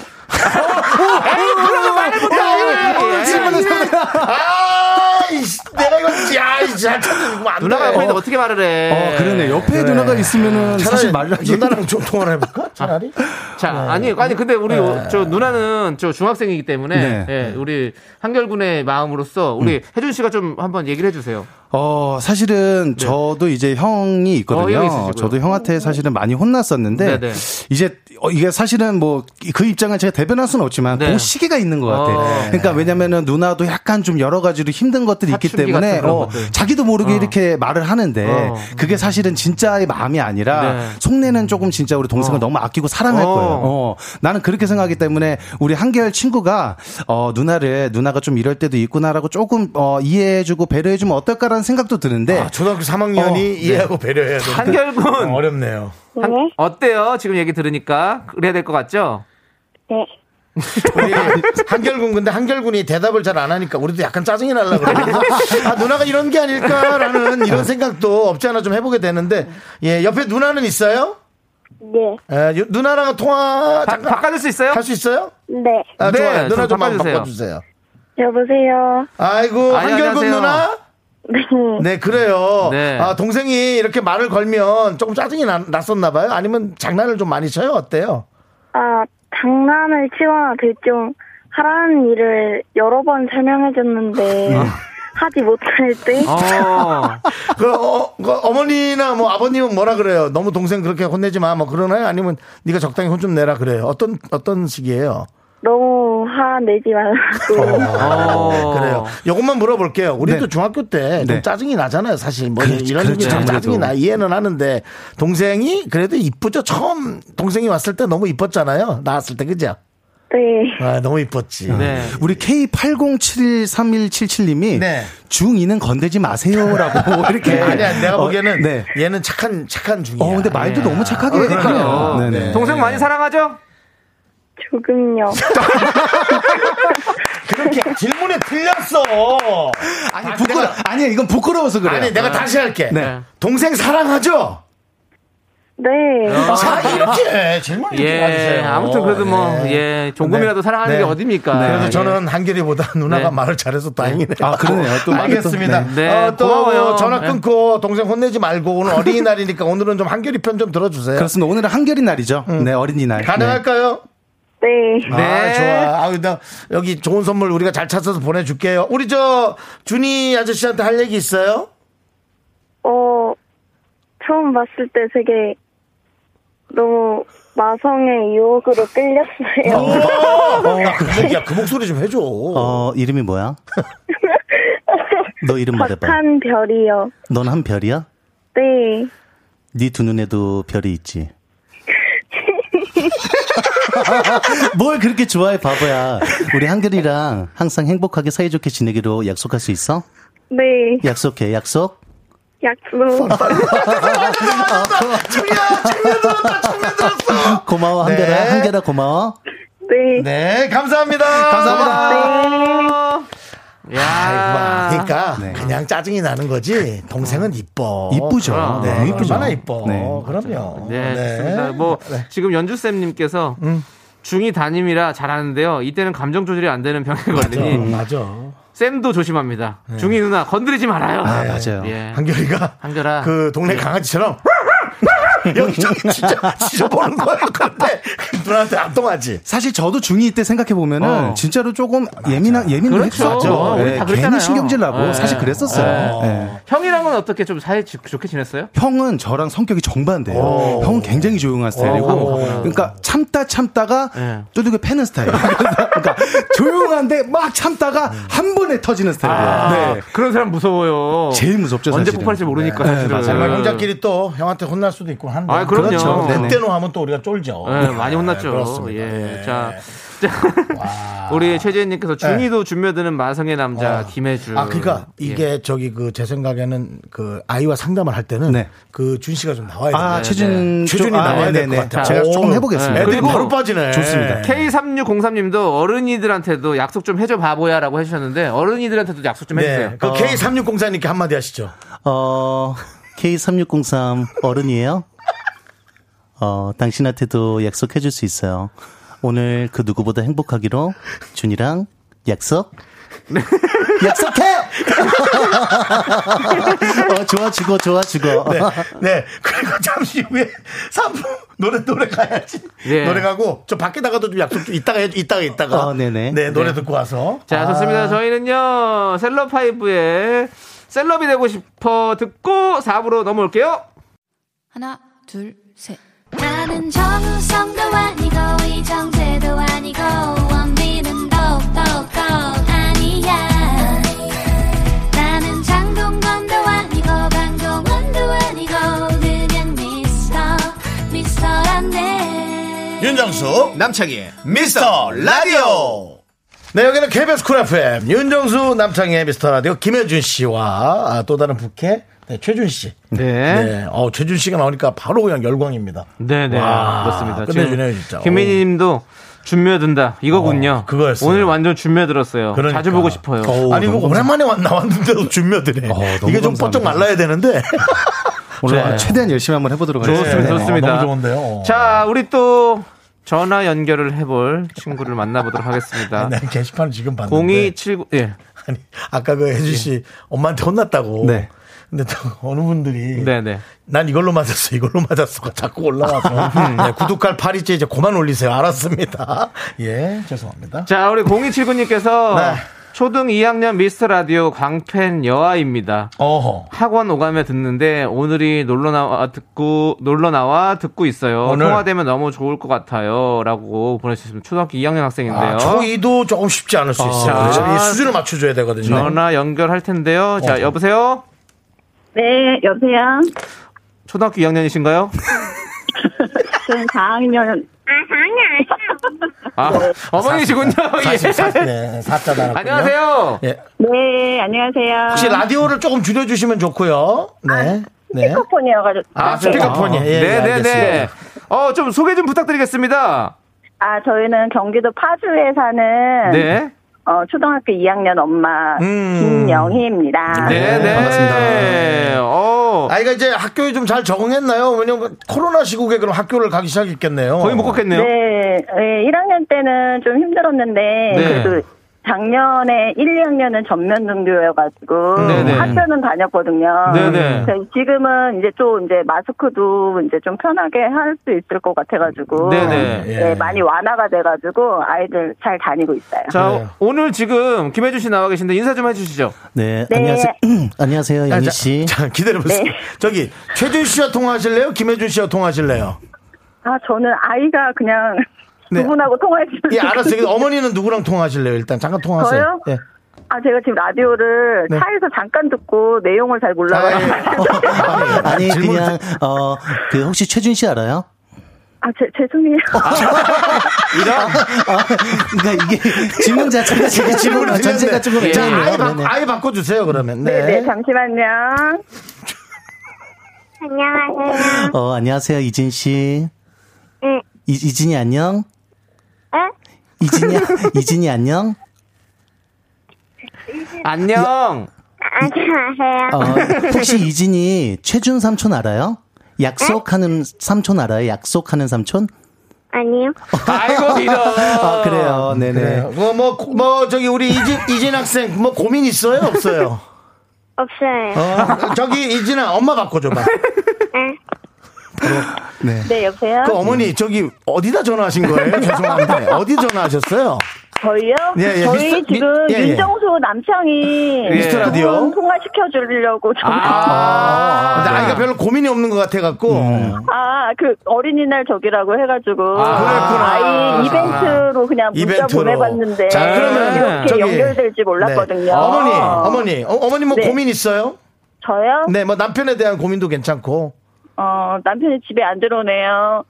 A: 아이씨, 내가 이거, 야, 이잘 찾는 안
B: 누나가
A: 돼.
B: 옆에 있는데 어떻게 말을 해?
G: 어 그러네. 옆에 누나가 있으면은 사실 말을 하기
A: 누나랑 좀 통화를 해볼까? 차라리?
B: 자,
G: 네.
B: 아니, 아니, 근데 우리 어, 저 누나는 저 중학생이기 때문에
G: 네. 음.
B: 예, 우리 한결군의 마음으로서 우리 혜준 씨가 좀 한번 얘기를 해주세요.
G: 어, 사실은 저도 이제 형이 있거든요.
B: 네. 어, 형 있으시고요.
G: 저도 형한테 사실은 많이 혼났었는데
B: 네, 네.
G: 이제 어, 이게 사실은 뭐 그 입장을 제가 대변할 수는 없지만
B: 네.
G: 그 시기가 있는 것 같아요.
B: 어.
G: 그러니까 왜냐면은 누나도 약간 좀 여러 가지로 힘든 것들이 있기
B: 사춘기
G: 때문에
B: 같은 그런
G: 어,
B: 것들.
G: 자기도 모르게 이렇게 말을 하는데
B: 어.
G: 그게 사실은 진짜의 마음이 아니라
B: 네.
G: 속내는 조금 진짜 우리 동생을 너무 아끼고 사랑할
B: 어.
G: 거예요. 어, 나는 그렇게 생각하기 때문에 우리 한결 친구가 어, 누나를 누나가 좀 이럴 때도 있구나라고 조금 어, 이해해주고 배려해주면 어떨까라는 생각도 드는데
A: 아, 초등학교 3학년이
G: 어, 네.
A: 이해하고 배려해야 되는데
B: 한결군
A: 어렵네요.
B: 한- 어때요? 지금 얘기 들으니까 그래야 될 것 같죠?
D: 네.
A: 우리 한결군 근데 한결군이 대답을 잘 안 하니까 우리도 약간 짜증이 날라 그래요. 그래서 아 누나가 이런 게 아닐까라는 이런 생각도 없지 않아 좀 해보게 되는데 예 옆에 누나는 있어요?
D: 네.
A: 예, 유- 누나랑 통화
B: 바,
A: 잠깐
B: 바꿔줄 수 있어요?
A: 할 수 있어요?
D: 네.
A: 아,
B: 네,
A: 좋아요. 누나 좀
B: 잠깐
A: 한번
B: 봐주세요.
A: 바꿔주세요.
D: 여보세요.
A: 아이고
B: 아니,
A: 한결군
B: 안녕하세요.
A: 누나. 네 그래요.
B: 네.
A: 아 동생이 이렇게 말을 걸면 조금 짜증이 나- 났었나 봐요. 아니면 장난을 좀 많이 쳐요 어때요?
D: 아, 장난을 치거나 그 들좀 하라는 일을 여러 번
B: 아.
D: 설명해줬는데 하지 못할 때
B: 어.
A: 그, 어, 그 어머니나 뭐 아버님은 뭐라 그래요? 너무 동생 그렇게 혼내지 마. 뭐 그러나요? 아니면 네가 적당히 혼 좀 내라 그래요. 어떤 어떤 식이에요?
D: 너무 화내지 말라고.
B: 어.
A: 그래요. 요것만 물어볼게요. 우리도
G: 아. 네.
A: 중학교 때 좀
G: 네.
A: 짜증이 나잖아요. 사실 뭐
G: 그렇지,
A: 이런
G: 그렇지,
A: 얘기 좀 짜증이
G: 아무래도.
A: 나 이해는 하는데 동생이 그래도 이쁘죠. 처음 동생이 왔을 때 너무 이뻤잖아요. 나왔을 때 그죠?
D: 네.
A: 아 너무 이뻤지.
B: 네.
G: 우리 K80713177님이
A: 네.
G: 중2는 건들지 마세요라고 이렇게
A: 아니야 내가
G: 어,
A: 보기에는
G: 네.
A: 얘는 착한 착한 중이야. 네.
G: 어 근데 말도 너무 착하게 해요.
B: 그러니까요.
G: 네, 네.
B: 어, 동생 많이 사랑하죠?
D: 조금요.
A: 그렇게 질문에 틀렸어.
G: 아니 부끄러 아니 이건 부끄러워서 그래요.
A: 아니 내가 다시 할게.
G: 네.
A: 동생 사랑하죠?
D: 네.
B: 아.
G: 아,
A: 자 이렇게 질문 이렇게
B: 예.
A: 받으세요.
B: 아무튼 그래도 뭐, 예. 조금이라도
A: 네.
B: 사랑하는
A: 네.
B: 게 어딥니까?
A: 그래서
B: 예.
A: 저는 한결이보다 누나가
B: 네.
A: 말을 잘해서 다행이네요.
G: 아, 그러네요. 또
A: 알겠습니다.
G: 말이
B: 또- 네.
A: 어, 또
B: 고마워요.
A: 전화
B: 네.
A: 끊고 동생 혼내지 말고 오늘 어린이날이니까 오늘은 좀 한결이 편 좀 들어주세요.
G: 그렇습니다. 오늘은 한결이 날이죠. 네 어린이날.
A: 음. 가능할까요?
D: 네.
A: 아,
B: 네.
A: 좋아. 아, 나 여기 좋은 선물 우리가 잘 찾아서 보내줄게요. 우리 저 준이 아저씨한테 할 얘기 있어요?
D: 어, 처음 봤을 때 되게 너무 마성의 유혹으로
A: 아,
D: 끌렸어요.
A: 그, 야, 그 목소리 좀 해줘.
G: 어 이름이 뭐야? 너 이름 말해봐.
D: 박한 별이요.
G: 넌 한 별이야?
D: 네.
G: 네 두 눈에도 별이 있지. 뭘 그렇게 좋아해 바보야. 우리 한결이랑 항상 행복하게 사이좋게 지내기로 약속할 수 있어?
D: 네.
G: 약속해 약속.
D: 약속. 음,
G: 고마워 한결아
A: 네.
G: 한결아 고마워.
D: 네.
A: 네, 감사합니다. 감사합니다.
B: 아. 야.
A: 그러니까 그냥 짜증이 나는 거지 동생은 이뻐.
G: 이쁘죠.
A: 네,
G: 너무 이쁘죠.
A: 얼마나 이뻐.
G: 네.
A: 그럼요.
B: 네, 좋습니다. 뭐 지금 연주 쌤님께서 중이 담임이라 잘하는데요. 이때는 감정 조절이 안 되는 병에 걸리니
A: 맞아.
B: 쌤도 조심합니다. 중이 누나 건드리지 말아요.
G: 아, 맞아요.
B: 예.
A: 네. 한결이가
B: 한결아.
A: 그 동네 강아지처럼 여기저기 진짜 짖어보는 거야. 근데 누나한테 안 통하지.
G: 사실 저도 중2 때 생각해보면은
B: 어.
G: 진짜로 조금 예민한, 예민도
B: 그렇죠.
G: 했었죠. 네.
B: 우리
G: 예,
B: 다
G: 괜히
B: 그랬잖아요.
G: 신경질 나고
B: 예.
G: 사실 그랬었어요. 예.
B: 형이랑은 어떻게 좀 사이 지- 좋게 지냈어요?
G: 형은 저랑 성격이 정반대예요. 형은 굉장히 조용한 스타일이고, 그러니까 참다 참다가
B: 예.
G: 두둑이 패는 스타일이에요. 그러니까 조용한데 막 참다가 한 번에 터지는 스타일이에요.
A: 아.
G: 네.
B: 그런 사람 무서워요.
G: 제일 무섭죠,
B: 언제
G: 사실은.
B: 폭발할지 모르니까
G: 네,
B: 사실은.
A: 정말 형제끼리 또 형한테 혼날 수도 있고 한데.
B: 아, 그럼요.
A: 그렇죠.
B: 네네.
A: 늑대노 하면 또 우리가 쫄죠.
B: 예, 많이 혼났죠.
A: 네, 그렇습니다.
B: 예.
A: 예.
B: 자. 자, 우리 최재현님께서 중이도 준며드는 마성의 남자
A: 아.
B: 김혜주.
A: 아, 그러니까
B: 예.
A: 이게 저기 그 제 생각에는 그 아이와 상담을 할 때는
G: 네.
A: 그 준 씨가 좀 나와야
G: 아,
A: 돼요.
G: 최준,
A: 최준이
G: 아,
A: 나와야 될
G: 네네.
A: 것 같아요.
G: 제가
A: 오.
G: 조금 해보겠습니다.
A: 애들이
B: 그리고
A: 바로 빠지네.
G: 좋습니다.
B: K3603님도 어른이들한테도 약속 좀 해줘 바보야라고 해주셨는데 어른이들한테도 약속 좀 해주세요.
A: 네. 그 K3604님께 한마디 하시죠.
G: 어, K3603 어른이에요? 어, 당신한테도 약속해줄 수 있어요. 오늘 그 누구보다 행복하기로 준이랑 약속? 약속해! 어, 좋아 죽어, 좋아 죽어.
A: 네. 네. 그리고 잠시 후에 3부 노래 노래 가야지.
B: 예.
A: 노래 가고 저 밖에 나가도 좀 약속 좀 이따가 해 이따가 이따가.
G: 어, 네네.
A: 네, 노래
B: 네.
A: 듣고 와서.
B: 자, 좋습니다. 저희는요, 셀럽파이브의 셀럽이 되고 싶어 듣고 4부로 넘어올게요.
H: 하나, 둘, 셋.
C: 나는 정우성도 아니고 이정재도 아니고 원빈은 더욱더 아니야 나는 장동건도 아니고 강동원도 아니고 그냥 미스터 미스터란데
I: 윤정수 남창희의 미스터 라디오
A: 네, 여기는 KBS 쿨 FM, 윤정수 남창의 미스터 라디오, 김혜준 씨와 아, 또 다른 부캐, 네, 최준 씨.
B: 네.
A: 어, 최준 씨가 나오니까 바로 그냥 열광입니다.
B: 네네
A: 와,
B: 그렇습니다.
A: 끝내주네요, 진짜.
B: 김민희님도 준며든다 이거군요.
A: 그거였어요.
B: 오늘 완전 준며들었어요.
A: 그러니까.
B: 자주 보고 싶어요.
A: 아니, 이거 오랜만에 왔- 나왔는데도 준며드네. 이게 좀
E: 감사합니다.
A: 번쩍 말라야 되는데.
E: 오늘
B: 좋아요.
E: 최대한 열심히 한번 해보도록
B: 좋습니다.
G: 네,
E: 하겠습니다.
A: 네,
B: 좋습니다.
E: 어,
B: 자, 우리 또 전화 연결을 해볼 친구를 만나보도록 하겠습니다.
A: 난 네, 게시판을 지금 봤는데.
B: 0279 예.
A: 아니, 아까 그 혜준 씨 엄마한테 혼났다고. 근데 또 어느 분들이
B: 네네.
A: 난 이걸로 맞았어, 이걸로 맞았어. 자꾸 올라와서. 네, 구독할 파리째 이제 그만 올리세요. 알았습니다. 예, 죄송합니다.
B: 자, 우리 0279님께서
A: 네.
B: 초등 2학년 미스터 라디오 광팬 여아입니다. 학원 오가며 듣는데 오늘이 놀러 나와 듣고 놀러 나와 듣고 있어요.
A: 오늘?
B: 통화되면 너무 좋을 것 같아요라고 보내주셨습니다. 초등학교 2학년 학생인데요.
A: 아, 초2도 조금 쉽지 않을 수 있어요.
B: 자.
A: 이 수준을 맞춰줘야 되거든요.
B: 전화 연결할 텐데요. 자,
A: 어.
B: 여보세요?
D: 네, 여보세요.
B: 초등학교 2학년이신가요?
D: 저는 4학년.
B: 아, 어머니시군요. 예.
A: 네, 사자 달았군요.
B: 안녕하세요.
A: 예.
D: 네, 안녕하세요.
A: 혹시 라디오를 조금 줄여주시면 좋고요. 네. 네.
D: 스피커폰이어가지고.
A: 아, 스피커폰이요. 예, 예,
B: 네네네.
A: 알겠습니다.
B: 어, 좀 소개 좀 부탁드리겠습니다.
D: 아, 저희는 경기도 파주에 사는
B: 네.
D: 어, 초등학교 2학년 엄마
A: 음.
B: 아,
D: 김영희입니다.
B: 네,
A: 네,
B: 반갑습니다. 어,
A: 아이가 이제 학교에 좀 잘 적응했나요? 왜냐면 코로나 시국에 그럼 학교를 가기 시작했겠네요.
B: 거의 못 걷겠네요.
D: 네, 네, 1학년 때는 좀 힘들었는데
A: 네.
D: 그래도 작년에 1, 2학년은 전면 등교여가지고
B: 네네.
D: 학교는 다녔거든요.
B: 네네.
D: 그래서 지금은 이제 좀 이제 마스크도 이제 좀 편하게 할 수 있을 것 같아가지고
B: 네네.
D: 네, 많이 완화가 돼가지고 아이들 잘 다니고 있어요.
B: 자,
A: 네.
B: 오늘 지금 김혜준 씨 나와 계신데 인사 좀 해주시죠.
E: 네,
D: 네.
E: 안녕하세요.
G: 음,
E: 안녕하세요,
A: 아,
E: 영희
A: 자,
E: 씨.
A: 자, 기다려보세요. 저기, 최준 씨와 통화하실래요? 김혜준 씨와 통화하실래요?
D: 아 저는 아이가 그냥
A: 네.
D: 두 분하고 통화했어요.
A: 예, 알았어요. 어머니는 누구랑 통화하실래요? 일단 잠깐 통화하세요.
D: 저요?
A: 예.
D: 아 제가 지금 라디오를
A: 네.
D: 차에서 잠깐 듣고 내용을 잘 몰라가지고
E: 아니, 그냥, 어, 그, 혹시 최준 씨 알아요?
D: 아 제, 죄송해요.
E: 이런? 그러니까 이게 질문 자체가 제가 질문 전체가 조금
A: 자, 아예,
E: 괜찮네요.
A: 바, 아예 바꿔주세요, 그러면.
D: 네,
A: 네.
D: 네, 잠시만요. 안녕하세요.
E: 어, 안녕하세요, 이진 씨.
D: 응.
E: 이, 이진이 안녕? 이진이, 이진이 안녕?
B: 안녕.
D: 안녕하세요.
E: 어, 혹시 이진이 최준 삼촌 알아요? 약속하는 삼촌 알아요? 약속하는 삼촌?
D: 아니요.
B: 아이고, 음, 이런.
E: 아, 그래요. 네네.
A: 뭐, 뭐, 고- 뭐, 저기, 우리 이진, 이진 학생, 뭐, 고민 있어요? 없어요?
D: 없어요.
A: 어, 저기, 이진아, 엄마 바꿔줘봐. 네.
D: 네, 여보세요?
A: 그 어머니, 저기, 어디다 전화하신 거예요? 죄송한데. 어디 전화하셨어요?
D: 저희요?
A: 예, 예,
D: 저희
A: 미스터- 미-
D: 지금
A: 예, 예.
D: 윤정수 남창이
A: 미스터
D: 두
A: 라디오?
D: 분 통화시켜주려고
A: 아, 근데
E: 네.
A: 아이가 별로 고민이 없는 것 같아갖고.
E: 음.
D: 아, 그 어린이날 저기라고 해가지고
A: 아, 그랬구나. 아,
D: 이 이벤트로 그냥 문자
A: 이벤트로.
D: 보내봤는데
A: 자, 그러면
D: 이렇게
A: 저기-
D: 연결될지 몰랐거든요.
A: 네. 어머니, 어머니, 어, 어머니 뭐
D: 네.
A: 고민 있어요?
D: 저요?
A: 네, 뭐 남편에 대한 고민도 괜찮고.
D: 어, 남편이 집에 안 들어오네요.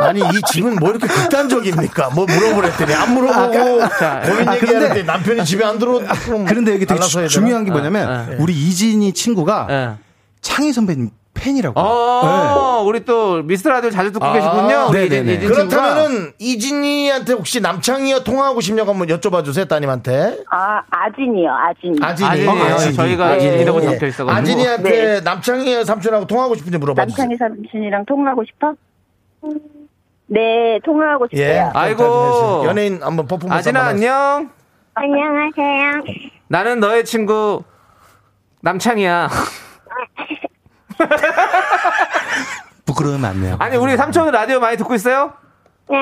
A: 아니, 이 집은 뭐 이렇게 극단적입니까? 뭐 물어보랬더니 안 물어보고 고민
E: 아,
A: 얘기하는데
E: 근데-
A: 남편이 집에 안 들어오고.
E: 그런데 여기 되게 주- 중요한 게 뭐냐면
B: 아, 네.
E: 우리 이진이 친구가
A: 네.
E: 창희 선배님 팬이라고. 네.
B: 어, 우리 또 미스터 라디오 자주 듣고
A: 아,
B: 계시군요. 우리 이진- 이진 친구가.
A: 네, 그렇다면은 이진이한테 혹시 남창이와 통화하고 싶냐고 한번 여쭤봐 주세요 따님한테.
D: 아, 아진이요, 아진이.
A: 아진이.
B: 아진이에요. 저희가 아진이라고 적혀 있어가지고.
A: 네. 아진이한테
D: 네.
A: 남창이 삼촌하고 통화하고 싶은지 물어봐 주세요.
D: 남창희 삼촌이랑 통화하고 싶어? 네, 통화하고 싶어요.
A: 예.
B: 아이고.
A: 연예인 한번 퍼포먼스
B: 아진아,
A: 한번 해주세요.
B: 안녕.
D: 안녕하세요.
B: 나는 너의 친구 남창이야.
E: 부끄러우면 안 돼요.
B: 아니, 우리 삼촌은 라디오 많이 듣고 있어요?
D: 네.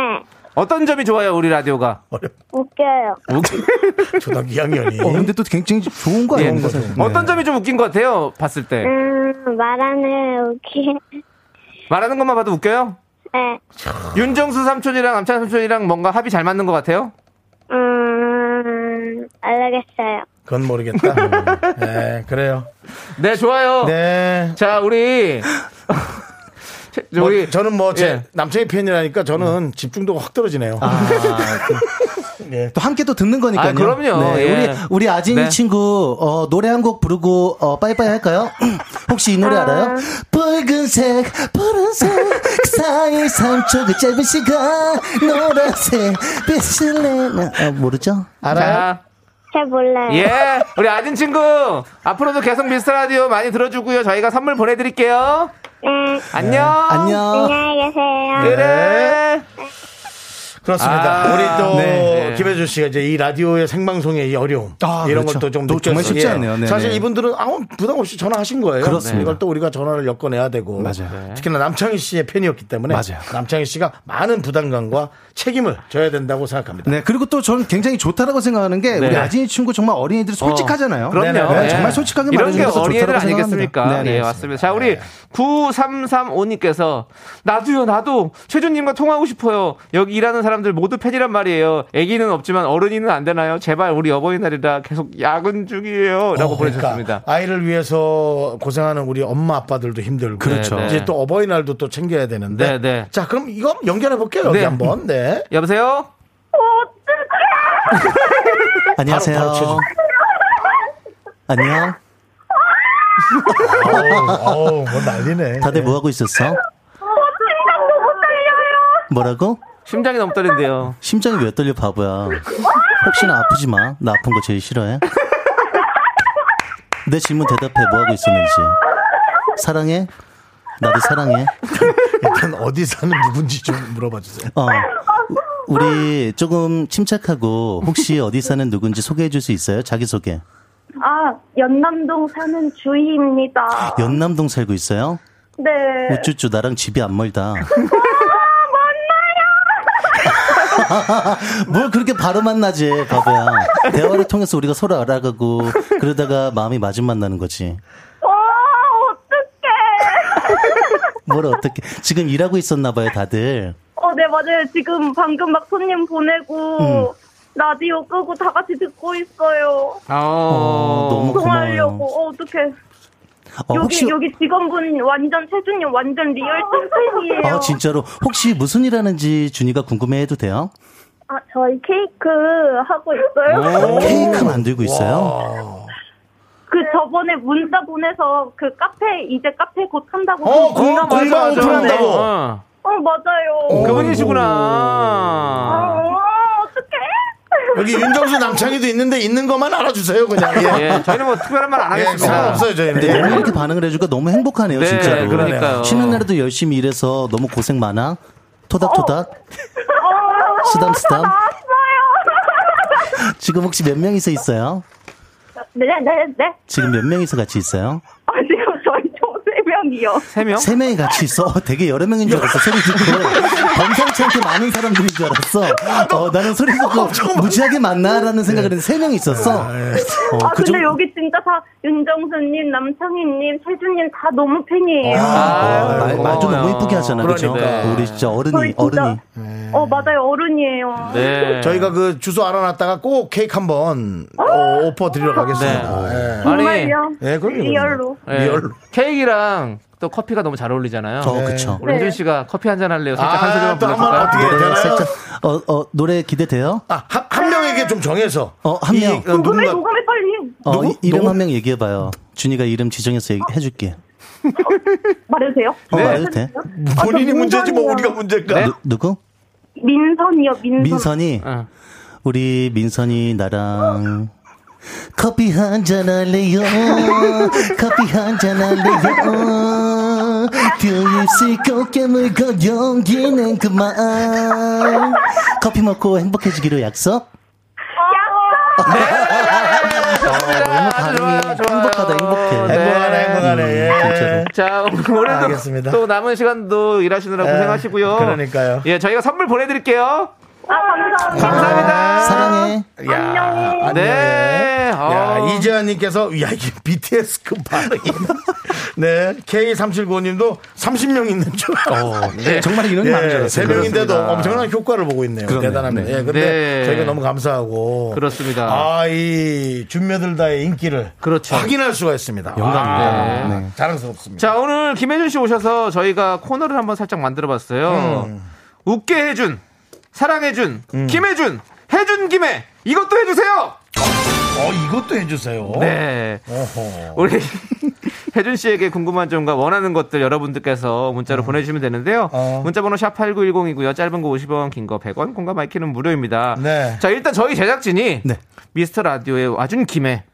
B: 어떤 점이 좋아요, 우리 라디오가?
D: 웃겨요.
A: 음. 초등학교 2학년이.
E: 어, 근데 또 굉장히 좋은 거
B: 예, 네,
E: 아닌가 사실.
B: 어떤 점이 좀 웃긴 것 같아요, 봤을 때?
D: 네.
J: 음, 말하는 웃기.
B: 말하는 것만 봐도 웃겨요?
J: 네.
B: 윤정수 삼촌이랑 남찬 삼촌이랑 뭔가 합이 잘 맞는 것 같아요?
J: 음, 알겠어요.
A: 그건 모르겠다. 네, 그래요.
B: 네, 좋아요.
A: 네.
B: 자, 우리.
A: 뭐,
B: 우리-
A: 저는 뭐 제
B: 예. 아,
A: 남친이 팬이라니까 저는 집중도가 확 떨어지네요.
E: 또 함께 또 듣는 거니까요.
A: 아, 그럼요.
E: 네,
A: 예.
E: 우리 우리 아진
A: 네.
E: 친구 어, 노래 한 곡 부르고 어, 빠이빠이 할까요? 혹시 이 노래 알아요? 붉은색 푸른색 그 사이 3초 그 짧은 시간 노란색 빛을 내나 어, 모르죠? 알아요?
B: 자,
J: 잘 몰라요.
B: 예. 우리 아진 친구. 앞으로도 계속 미스터 라디오 많이 들어주고요. 저희가 선물 보내드릴게요.
J: 네.
B: 안녕.
E: 아, 네.
J: 안녕히 계세요.
A: 네.
B: 그래.
A: 그렇습니다.
B: 아,
A: 우리 또
E: 네.
A: 김혜준 씨가 이제 이 라디오의 생방송의 이 어려움
E: 아,
A: 이런
E: 그렇죠.
A: 것도 좀
E: 또 정말
A: 느꼈어요.
E: 쉽지
A: 예.
E: 않네요. 네네.
A: 사실 이분들은 아무 부담 없이 전화하신 거예요.
E: 그렇습니다.
A: 이걸 또 우리가 전화를 엮어내야 되고 네.
E: 맞아요.
A: 특히나 남창희 씨의 팬이었기 때문에
E: 맞아요.
A: 남창희 씨가 많은 부담감과 책임을 져야 된다고 생각합니다.
E: 네 그리고 또 저는 굉장히 좋다라고 생각하는 게
A: 네.
E: 우리 아진이 친구 정말 어린이들이 솔직하잖아요.
B: 어, 그럼요.
E: 네,
B: 예.
E: 정말 솔직하게
B: 이런 게
E: 말해줘서 좋다라고
B: 어린애들
E: 생각합니다.
B: 아니겠습니까?
E: 네, 네.
B: 예, 맞습니다. 자, 우리 9335님께서 나도요, 나도 최준님과 통화하고 싶어요. 여기 일하는 사람들 모두 팬이란 말이에요. 아기는 없지만 어른이는 안 되나요? 제발 우리 어버이날이라 계속 야근 중이에요.라고
A: 어,
B: 보내주셨습니다.
A: 그러니까 아이를 위해서 고생하는 우리 엄마 아빠들도 힘들고
B: 그렇죠. 네, 네.
A: 이제 또 어버이날도 또 챙겨야 되는데
B: 네, 네.
A: 자 그럼 이거 연결해 볼게요 여기
B: 네.
A: 한번 네
B: 여보세요.
E: 안녕하세요.
A: 바로 쳐줘.
E: 안녕.
A: 어우, 뭐 난리네.
E: 다들 뭐 하고 있었어? 뭐라고?
B: 심장이 너무 떨린대요.
E: 심장이 왜 떨려 바보야. 혹시나 아프지 마. 나 아픈 거 제일 싫어해. 내 질문 대답해. 뭐 하고 있었는지. 사랑해? 나도 사랑해.
A: 일단 어디 사는 누군지 좀 물어봐 주세요.
E: 어. 우리 조금 침착하고 혹시 어디 사는 누군지 소개해 줄 수 있어요? 자기 소개.
D: 아, 연남동 사는 주희입니다.
E: 연남동 살고 있어요?
D: 네.
E: 우쭈쭈 나랑 집이 안 멀다.
D: 아,
E: 뭘 그렇게 바로 만나지, 바보야. 대화를 통해서 우리가 서로 알아가고, 그러다가 마음이 맞은 만나는 거지.
D: 어,
E: 뭘 어떻게, 지금 일하고 있었나봐요, 다들.
D: 어, 네, 맞아요. 지금 방금 막 손님
A: 음.
D: 보내고, 라디오 끄고 다 같이 듣고 있어요.
E: 어, 너무 고마워요.
D: 송하려고. 어, 어떡해.
E: 어,
D: 여기,
E: 혹시,
D: 여기 직원분 완전 최준님 완전 리얼 찐팬이에요.
E: 아, 진짜로. 혹시 무슨 일 하는지 준이가 궁금해 해도 돼요?
D: 아, 저희 케이크 하고 있어요.
E: 케이크 만들고 있어요?
D: 그 저번에 문자 보내서 그 카페, 이제 카페 곧 한다고.
A: 어, 공-
D: 문자
A: 공방
D: 보내서.
A: 오픈한다고.
B: 아, 어.
D: 어, 맞아요.
E: 그-
B: 그분이시구나.
D: 어, 어떡해.
A: 여기 윤정수 남창희도 있는데 있는 것만 알아주세요 그냥.
B: 예, 저희는 뭐 특별한 말 안
E: 네,
A: 예,
B: 하겠습니다.
A: 상관없어요 저희는.
E: 근데
D: 네.
A: 예.
E: 너무 이렇게 반응을 해주니까 너무 행복하네요,
B: 네,
E: 진짜로.
B: 그러니까요.
E: 쉬는 날에도 열심히 일해서 너무 고생 많아. 토닥토닥.
D: 어,
E: 어,
D: 아,
E: 쓰담쓰담. 지금 혹시 몇 명이서 있어요?
D: 네, 네, 네.
E: 지금 몇 명이서 같이 있어요?
D: 아니요, 저희 총세 명이요.
E: 어,
B: 세 명?
E: 세 명이 같이 있어. 어, 되게 여러 명인 줄 알았어. 소리 듣고. 범상치 않게 많은 사람들인 줄 알았어. 어, 나는 소리 듣고 무지하게 많나라는 생각을 했는데 세 명이 있었어.
A: 네.
E: 어,
D: 아,
E: 그
D: 근데
E: 중-
D: 여기 진짜 다 윤정수님, 남창희님, 최준님 다 너무 팬이에요.
E: 아, 말, 말도
B: 고마워요.
E: 너무 이쁘게 하잖아. 그죠?
B: 그러니까.
E: 우리 진짜
D: 저희
G: 음,
E: 어른이,
D: 진짜-
E: 어른이.
D: 어,
A: 네.
D: 맞아요. 어른이에요.
B: 네.
A: 저희가 그 주소 알아놨다가 꼭 케이크 한번 어, 오퍼 드리러 가겠습니다. 예.
D: 정말요?
A: 예, 그럼요.
D: 리얼로.
B: 예,
A: 리얼로.
B: 케이크랑 또 커피가 너무 잘 어울리잖아요.
E: 어, 그쵸.
A: 네.
B: 우리
D: 네.
B: 혜준 씨가 커피 한 잔 할래요. 살짝
A: 아,
B: 한 소절만
A: 또 한번
B: 불러볼까요?
A: 어떻게 해야 되나요?
E: 노래 살짝, 어, 어, 노래 기대돼요?
A: 아, 한, 한 명에게 좀 정해서.
E: 어, 한
A: 이,
E: 명.
A: 어,
D: 녹음해,
A: 누군가
D: 녹음해, 빨리.
E: 어,
A: 누구?
E: 이- 이름
A: 누구?
E: 한 명 얘기해봐요. 준이가 이름 지정해서 얘기, 해줄게.
D: 말해도 돼요?
E: 어, 말해도 돼?
A: 본인이
D: 아, 저
A: 문제지 뭐
D: 민선이요.
A: 우리가 문제일까?
B: 네.
E: 누, 누구?
D: 민선이요, 민선.
E: 민선이
B: 어.
E: 우리 민선이 나랑 커피 한 잔 할래요 커피 한 잔 할래요 그 입술 꼭 깨물고 용기는 그만 커피 먹고 행복해지기로 약속
B: 너무 반응이
E: 아, 행복하다 행복해
A: 행복하네, 행복하네. 예.
B: 자, 오늘도
A: 알겠습니다.
B: 또 남은 시간도 일하시느라
A: 예,
B: 고생하시고요.
A: 그러니까요.
B: 예, 저희가 선물 보내드릴게요.
D: 아,
A: 감사합니다. 사랑해. 야, 아,
G: 아,
A: 안녕.
G: 네.
B: 네.
A: 야, 이재환님께서, 야, 이게 BTS급 그 발음이. 네. K379님도 30명 있는 줄 알았어요.
G: 네. 정말 이런 마음이 들었어요.
A: 3명인데도
G: 그렇습니다.
A: 엄청난 효과를 보고 있네요.
G: 그러네요.
A: 대단합니다.
G: 네.
A: 예, 근데
G: 네.
A: 저희가 너무 감사하고.
B: 그렇습니다.
A: 아, 이 준며들다의 인기를.
G: 네.
B: 그렇죠.
A: 확인할 수가 있습니다.
B: 영광입니다.
A: 아,
B: 네.
A: 자랑스럽습니다.
B: 자, 오늘 김혜준 씨 오셔서 저희가 코너를 한번 살짝 만들어 봤어요.
A: 음.
B: 웃게 해준, 사랑해준, 김혜준, 해준 김혜, 이것도 해주세요!
A: 어, 이것도 해주세요.
B: 네.
A: 어허.
B: 우리 혜준 씨에게 궁금한 점과 원하는 것들 여러분들께서
G: 음.
B: 문자로 보내주시면 되는데요.
G: 어.
B: 문자번호 샵 8910이고요. 짧은 거 50원, 긴 거 100원, 공감 마이키는 무료입니다.
G: 네.
B: 자, 일단 저희 제작진이 미스터 라디오에 와준 김에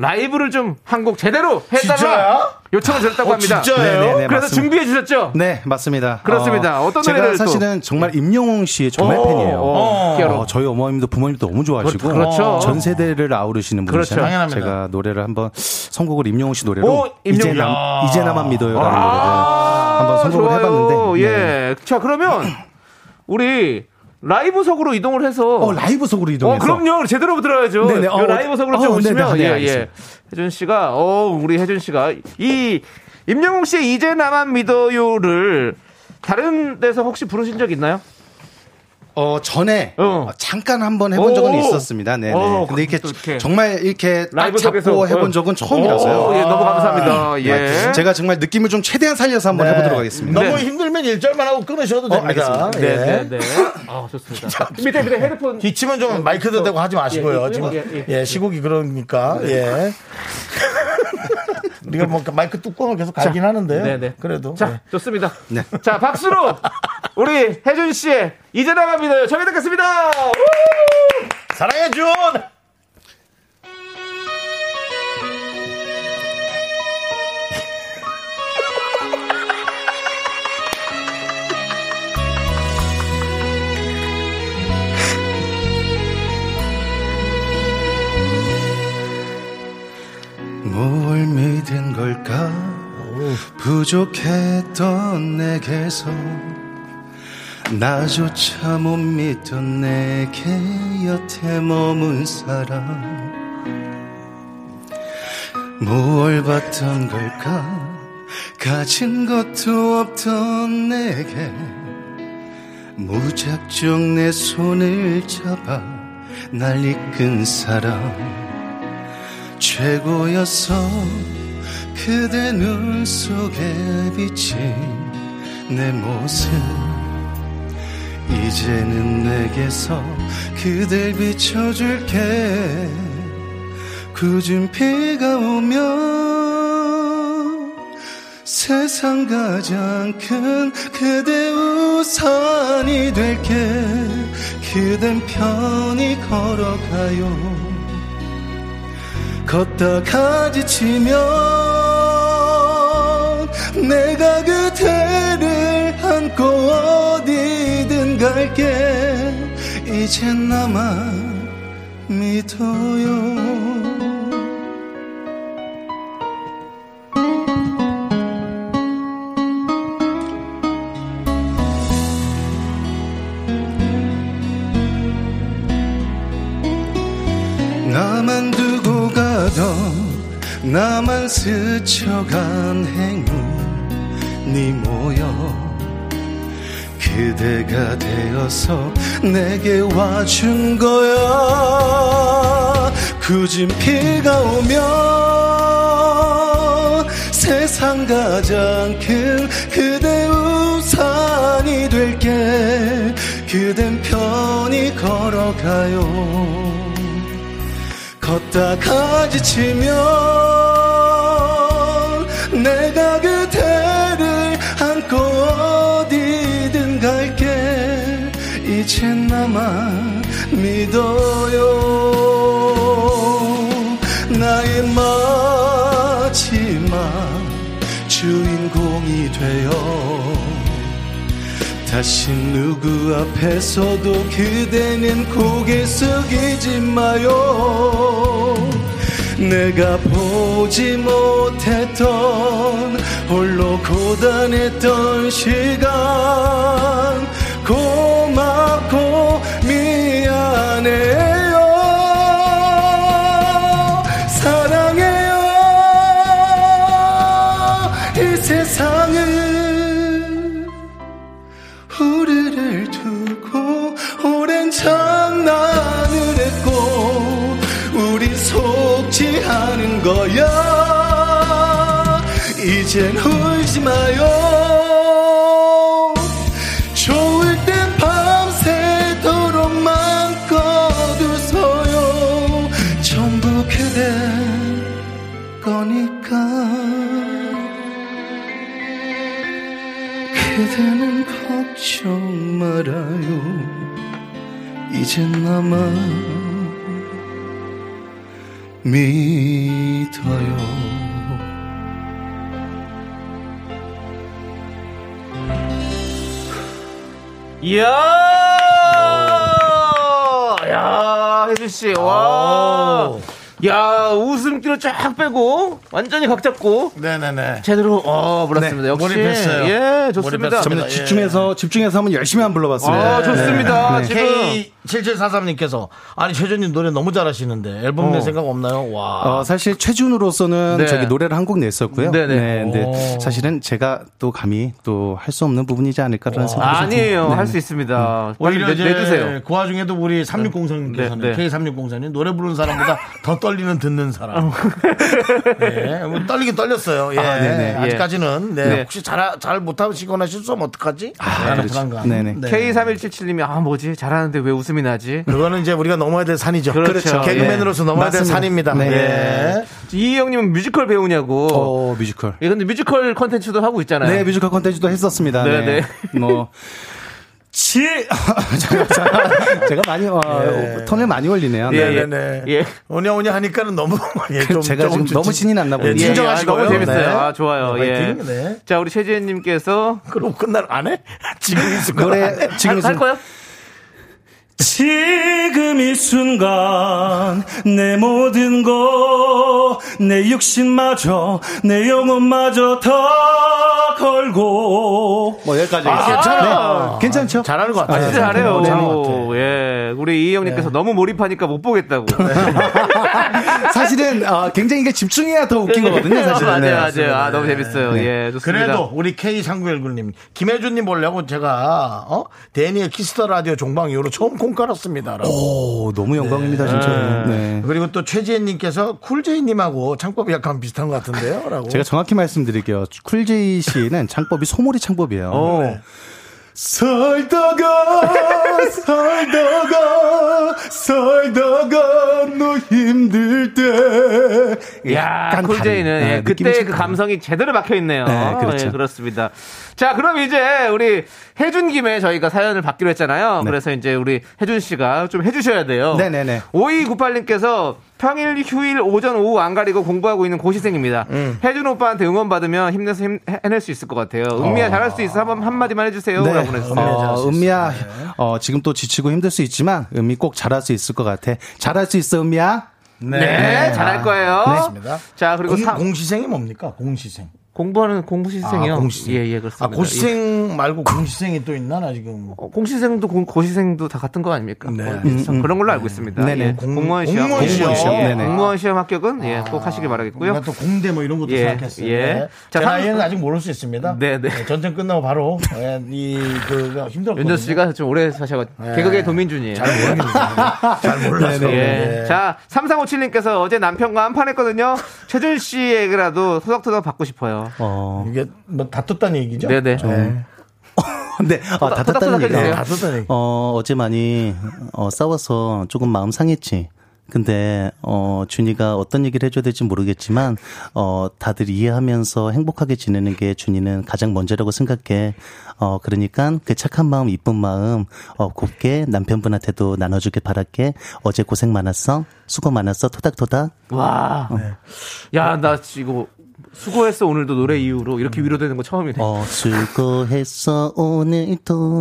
B: 라이브를 좀 한 곡 제대로
A: 진짜야?
B: 해달라 요청을 드렸다고
A: 어,
B: 합니다.
A: 진짜예요?
B: 네네네, 그래서
A: 맞습니다.
B: 준비해 주셨죠?
G: 네, 맞습니다.
B: 그렇습니다. 어떤
G: 제가
B: 노래를 또? 네. 어,
G: 사실은 정말 임영웅 씨의 정말
B: 오,
G: 팬이에요.
B: 오, 피아노.
G: 저희 어머님도 부모님도 너무 좋아하시고
B: 그렇죠.
G: 전 세대를 아우르시는
B: 그렇죠.
G: 분이잖아요.
B: 당연합니다.
G: 제가 노래를 한번 선곡을 임영웅 씨 노래로
B: 오, 아.
G: 이제
B: 임영웅.
G: 남
B: 야.
G: 이제 나만 믿어요라는 노래를
B: 아.
G: 한번 선곡을
B: 좋아요.
G: 해봤는데 네.
B: 예. 자, 그러면 우리 라이브석으로 이동을 해서
G: 어, 라이브석으로 이동해서.
B: 어, 그럼요. 제대로 들어야죠.
G: 네네.
B: 요
G: 어,
B: 라이브석으로 좀
G: 어, 네네.
B: 오시면
G: 예,
B: 예, 예.
G: 알겠습니다.
B: 혜준 씨가 어, 우리 혜준 씨가 이 임영웅 씨의 이제 나만 믿어요를 다른 데서 혹시 부르신 적 있나요?
G: 어 전에 잠깐 한번 해본 적은 있었습니다. 네.
B: 오,
G: 네. 근데 이렇게,
B: 또 이렇게.
G: 정말 이렇게 딱
B: 라이브석에서. 어.
G: 잡고 해본 적은 처음이라서요.
B: 오, 예, 너무 감사합니다.
G: 아,
B: 예.
G: 제가 정말 느낌을 좀 최대한 살려서 한번
A: 네.
G: 해보도록 하겠습니다.
A: 너무 힘들면 일절만 하고 끊으셔도
G: 어,
A: 됩니다.
G: 알겠습니다. 네,
A: 예.
G: 네, 네.
B: 아, 좋습니다.
A: 자,
B: 밑에 밑에 헤드폰
A: 기침은 좀 마이크 대고 하지 마시고요. 지금 예, 시국이 그러니까 예. 우리가 뭐 마이크 뚜껑을 계속 갈긴 하는데요.
B: 네네.
A: 그래도
B: 자,
A: 예.
B: 좋습니다.
G: 네.
B: 자, 박수로 우리 혜준 씨의 이제 나갑니다. 정해 듣겠습니다.
A: 사랑해 준.
J: 뭘 믿은 걸까 부족했던 내게서 나조차 못 믿던 내게 여태 머문 사람 뭘 봤던 걸까 가진 것도 없던 내게 무작정 내 손을 잡아 날 이끈 사람 최고였어 그대 눈 속에 비친 내 모습 이제는 내게서 그댈 비춰줄게 굳은 비가 오면 세상 가장 큰 그대 우산이 될게 그댄 편히 걸어가요 걷다가 지치면 내가 그대를 안고 어디든 갈게 이젠 나만 믿어요 나만 두고 가던 나만 스쳐간 행운이 네 모여 그대가 되어서 내게 와준 거야 굳은 비가 오면 세상 가장 큰 그대 우산이 될게 그댄 편히 걸어가요 걷다가 지치면 내가 그대를 안고 어디든 갈게 이젠 나만 믿어요 나의 마지막 주인공이 되어 다시 누구 앞에서도 그대는 고개 숙이지 마요 내가 보지 못했던 홀로 고단했던 시간 고맙고 미안해요 사랑해요 이 세상은 우리를 두고 오랜 장난을 했고 우리 속지 않은 거야 이젠 울지 마요 좋을 땐 밤새도록 마음껏 웃어요 전부 그대 거니까 그대는 걱정 말아요 이젠 나만 믿어요
B: 이야! 야, 혜준 씨. 와. 야, 웃음기를 쫙 빼고 완전히 각 잡고
A: 네네네.
B: 제대로 어, 불렀습니다. 역시
G: 네, 몰입했어요.
A: 네,
B: 예, 좋습니다. 예,
G: 점점 집중해서 집중해서 한번 열심히 한번 불러봤습니다.
A: 아, 좋습니다.
G: 네.
A: K7743님께서 아니 최준님 노래 너무 잘하시는데 앨범 낼
G: 어.
A: 생각 없나요? 와.
G: 어, 사실 최준으로서는
A: 네.
G: 저기 노래를 한 곡 냈었고요.
A: 네네.
G: 네, 근데
A: 오.
G: 사실은 제가 또 감히 또 할 수 없는 부분이지 않을까라는 생각이 좀
B: 아니에요. 음.
G: 듭니다.
B: 할
G: 네.
B: 수 있습니다. 빨리
A: 오히려
B: 어, 내,
A: 이제
B: 내드세요.
A: 그 와중에도 우리 3604님께서는
B: 네, 네.
A: K3604님 노래 부르는 사람보다 더 떨리는 듣는 사람. 예, 뭐 떨리긴 떨렸어요. 예,
G: 아, 네네.
A: 직까지는 네,
B: 네.
A: 혹시 잘 잘 못하시거나 실수하면 어떡하지?
G: 아, 그렇죠.
A: 라는 불안감. 네.
B: K3177님이 아 뭐지 잘하는데 왜 웃음이 나지?
A: 그거는 이제 우리가 넘어야 될 산이죠.
B: 그렇죠.
A: 개그맨으로서
B: 예.
A: 넘어야 될
B: 맞습니다.
A: 산입니다. 예.
B: 네. 이 형님은 뮤지컬 배우냐고.
G: 어, 뮤지컬.
B: 예, 근데 뮤지컬 컨텐츠도 하고 있잖아요.
G: 네, 뮤지컬 콘텐츠도 했었습니다. 네,
B: 네,
G: 뭐. 치! 잠깐, 잠깐. 제가 많이, 어, 턴을 많이 올리네요.
A: 예, 예, 네. 오냐 오냐 하니까는 너무 예, 좀,
G: 제가 지금
A: 좀
G: 너무
A: 진-
G: 신이 났나 보네요.
A: 예, 진정하시고요.
B: 너무 재밌어요.
A: 네.
B: 아, 좋아요.
A: 네,
B: 예.
A: 화이팅. 네.
B: 자, 우리 최지혜님께서.
A: 그럼 끝날 안 해? 지금 이 순간
B: 노래
A: 안 해?
B: 지금 할- 할 거야?
J: 지금 이 순간 내 모든 것내 육신마저 내 영혼마저 다 걸고
G: 뭐 여기까지
J: 아,
G: 괜찮아.
J: 네.
G: 괜찮죠?
A: 잘하는 것
B: 아, 진짜 잘해요. 오, 예. 우리 이
G: 네.
B: 형님께서 너무 몰입하니까 못 보겠다고.
G: 사실은 어, 굉장히 이게 집중해야 더 웃긴 거거든요. 사실은.
B: 맞아요,
G: 네,
B: 맞아요.
G: 맞습니다.
B: 아, 너무 재밌어요.
G: 네.
B: 예, 좋습니다.
A: 그래도 우리 K3919님 김혜준님 보려고 제가 어 데니의 키스터 라디오 종방 이후로 처음 콩 깔았습니다라고.
G: 오, 너무 영광입니다, 진짜. 네.
A: 그리고 또 최지혜님께서 쿨제이님하고 창법이 약간 비슷한 것 같은데요라고.
G: 제가 정확히 말씀드릴게요. 쿨제이 씨는 창법이 소몰이 창법이에요.
B: 어.
J: 살다가 살다가 살다가 너 힘들
G: 예,
J: 때
B: 야,
J: 약간
B: 쿨제이는
J: 다른,
B: 예,
J: 네, 느낌이
B: 그때
J: 좀
B: 그 감성이 제대로 박혀 있네요.
G: 네, 그렇죠.
B: 예, 그렇습니다. 자, 그럼 이제 우리 해준 김에 저희가 사연을 받기로 했잖아요. 그래서 이제 우리 해준 씨가 좀 해주셔야 돼요.
G: 네. 네네네.
B: 5298님께서 평일 휴일 오전 오후 안 가리고 공부하고 있는 고시생입니다.
G: 음.
B: 해준 오빠한테 응원 받으면 힘내서 힘- 해낼 수 있을 것 같아요. 은미야 잘할 수 있어 한번 한마디만 해주세요.
G: 네.
B: 라고 보냈어요.
G: 어, 은미야, 어, 지금 또 지치고 힘들 수 있지만, 은미 꼭 잘할 수 있을 것 같아. 잘할 수 있어, 은미야?
B: 네,
A: 아,
B: 잘할 거예요.
A: 그렇습니다.
B: 자, 그리고
A: 공,
B: 사-
A: 공시생이 뭡니까? 공시생.
B: 공부하는 공부시생이요.
A: 아, 공시생.
B: 예, 예, 그렇습니다.
A: 아, 고시생 말고 공시생이 또 있나 나 지금.
B: 어, 공시생도 공, 고시생도 다 같은 거 아닙니까?
A: 네.
B: 뭐 비슷한
A: 음, 음.
B: 그런 걸로 알고 있습니다.
A: 네네.
B: 예,
A: 공-
B: 공무원 시험,
A: 공무원 시험. 네네. 아,
B: 공무원 시험 합격은 예, 꼭 하시길 바라겠고요.
A: 뭔가 또 공대 뭐 이런 것도
B: 예,
A: 생각했어요.
B: 예.
A: 네.
B: 자,
A: 제
B: 삼-
A: 나이에는 아직 모를 수 있습니다.
B: 네, 네.
A: 네, 전쟁 끝나고 바로 예, 이그 힘들었거든요.
B: 윤정 씨가 좀 오래 사셔가 개그계 도민준이에요.
A: 네. 잘 네. 모르겠는데. 잘 몰라서.
B: 예. 자, 3357님께서 어제 남편과 한판 했거든요. 최준 씨에게라도 토닥토닥 받고 싶어요.
G: 어.
A: 이게 뭐 다퉜다는 얘기죠?
B: 네네.
A: 네.
G: 네, 어, 다 탔다는
B: 토닥토닥
G: 얘기.
B: 해주세요.
G: 어,
A: 다 떴다는 얘기.
G: 어, 어제 많이, 어, 싸워서 조금 마음 상했지. 근데, 어, 준이가 어떤 얘기를 해줘야 될지 모르겠지만, 어, 다들 이해하면서 행복하게 지내는 게 준이는 가장 먼저라고 생각해. 어, 그러니까 그 착한 마음, 이쁜 마음, 어, 곱게 남편분한테도 나눠주길 바랄게. 어제 고생 많았어. 수고 많았어. 토닥토닥.
B: 와. 야, 나 지금 수고했어 오늘도 노래 이후로 이렇게 위로되는 거 처음이네.
G: 어, 수고했어. 오늘도.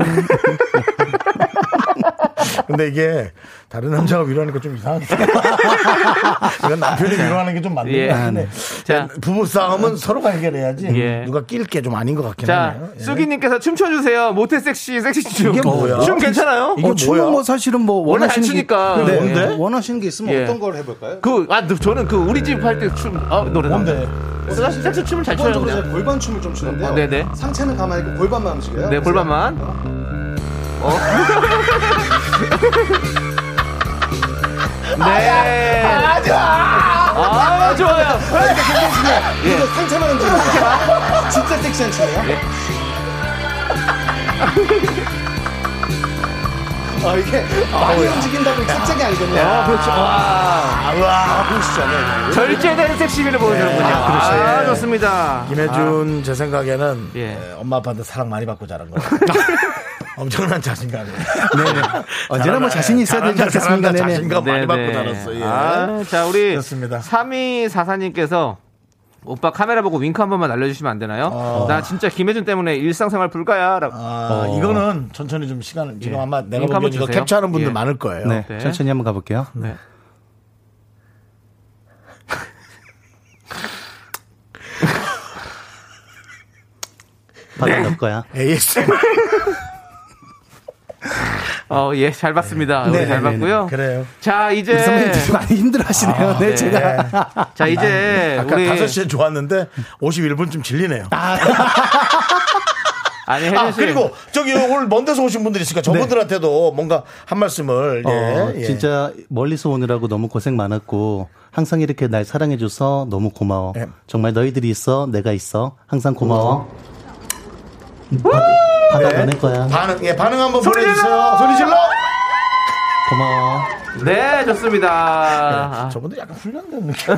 A: 근데 이게 다른 남자가 위로하니까 좀 이상한데. 이건 남편이 위로하는 게 좀 맞는
B: 예.
A: 것 같은데. 예,
B: 자.
A: 부부 싸움은 서로가 해결해야지.
B: 예.
A: 누가 낄 게 좀 아닌 것 같긴
B: 자,
A: 하네요. 예.
B: 쑥이님께서 춤춰주세요. 모태 섹시, 섹시 춤.
A: 이게 뭐야?
B: 춤 괜찮아요?
A: 이게 어, 춤은 뭐야? 뭐
E: 사실은 뭐
B: 원래 안 추니까.
E: 네.
B: 예.
E: 원하시는 게 있으면
B: 예.
E: 어떤 걸 해볼까요?
B: 그, 아, 너- 저는 그 우리 집 할 때 춤, 아, 노래.
E: 뭔데?
B: 내가 진짜 어, 춤을 잘 춰요.
E: 기본적으로 제가
B: 그냥.
E: 골반 춤을 좀 추는데요.
B: 어, 네네.
E: 상체는 가만히 있고 골반만 움직여요.
B: 네, 골반만. 어? 네.
J: 아, 좋아.
B: 아, 좋아요.
J: 예.
E: 이거 상체만 움직여요. 진짜 섹시한 춤이에요. 아, 이게 많이
J: 아우야.
E: 움직인다고 갑자기 알겠네요.
J: 아, 그렇죠.
B: 와.
E: 와. 보시잖아요.
B: 절제된 섹시미를 보여주는군요.
A: 네, 아, 그렇죠.
B: 아,
A: 예.
B: 좋습니다.
E: 아.
A: 김혜준 제 생각에는 예, 엄마 아빠한테 사랑 많이 받고 자란 거. 엄청난 자신감이에요.
E: 네. 언제나 뭐
A: 잘한다,
E: 자신이 있어야 되지
A: 잘한다,
E: 않겠습니까?
A: 잘한다,
E: 네네.
A: 자신감 어, 많이
B: 네네.
A: 받고 자랐어요. 예.
B: 아, 자, 우리
A: 그렇습니다.
B: 3244님께서 오빠 카메라 보고 윙크 한 번만 날려주시면 안 되나요? 나 진짜 김혜준 때문에 일상생활 불가야. 라고.
A: 아,
E: 어.
A: 이거는 천천히 좀 시간을
E: 예.
A: 지금 아마 내가
B: 링크 한번
A: 보기엔 이거
B: 주세요.
A: 캡처하는 분들
B: 예.
A: 많을 거예요.
E: 네, 천천히 한번 가볼게요.
B: 네.
E: 바로 넣을 거야.
A: ASMR.
B: 어, 예, 잘 봤습니다.
E: 네,
B: 우리
E: 네,
B: 잘
E: 네.
B: 봤고요.
A: 그래요.
B: 자, 이제.
E: 우리 선배님들 좀 많이 힘들어하시네요.
A: 아,
E: 네,
A: 예. 네.
E: 제가.
B: 자, 이제
A: 아까
B: 우리-
A: 그러니까 5시에 좋았는데 51분쯤 질리네요. 아,
B: 아니, 혜준
E: 네.
B: 씨.
A: 그리고 저기 오늘 먼 데서 오신 분들이 있으니까 저분들한테도 뭔가 한 말씀을. 예,
E: 어,
A: 예.
E: 진짜 멀리서 오느라고 너무 고생 많았고 항상 이렇게 날 사랑해줘서 너무 고마워.
G: 예.
E: 정말 너희들이 있어, 내가 있어, 항상 고마워. 음, 받아, 받아 보낼 거야.
G: 네.
A: 반응, 예, 반응 한번
E: 소리 질러!
A: 보내주세요. 소리 질러!
E: 고마워.
B: 네,
E: 아,
B: 좋습니다.
A: 저분들 약간 훈련된 느낌.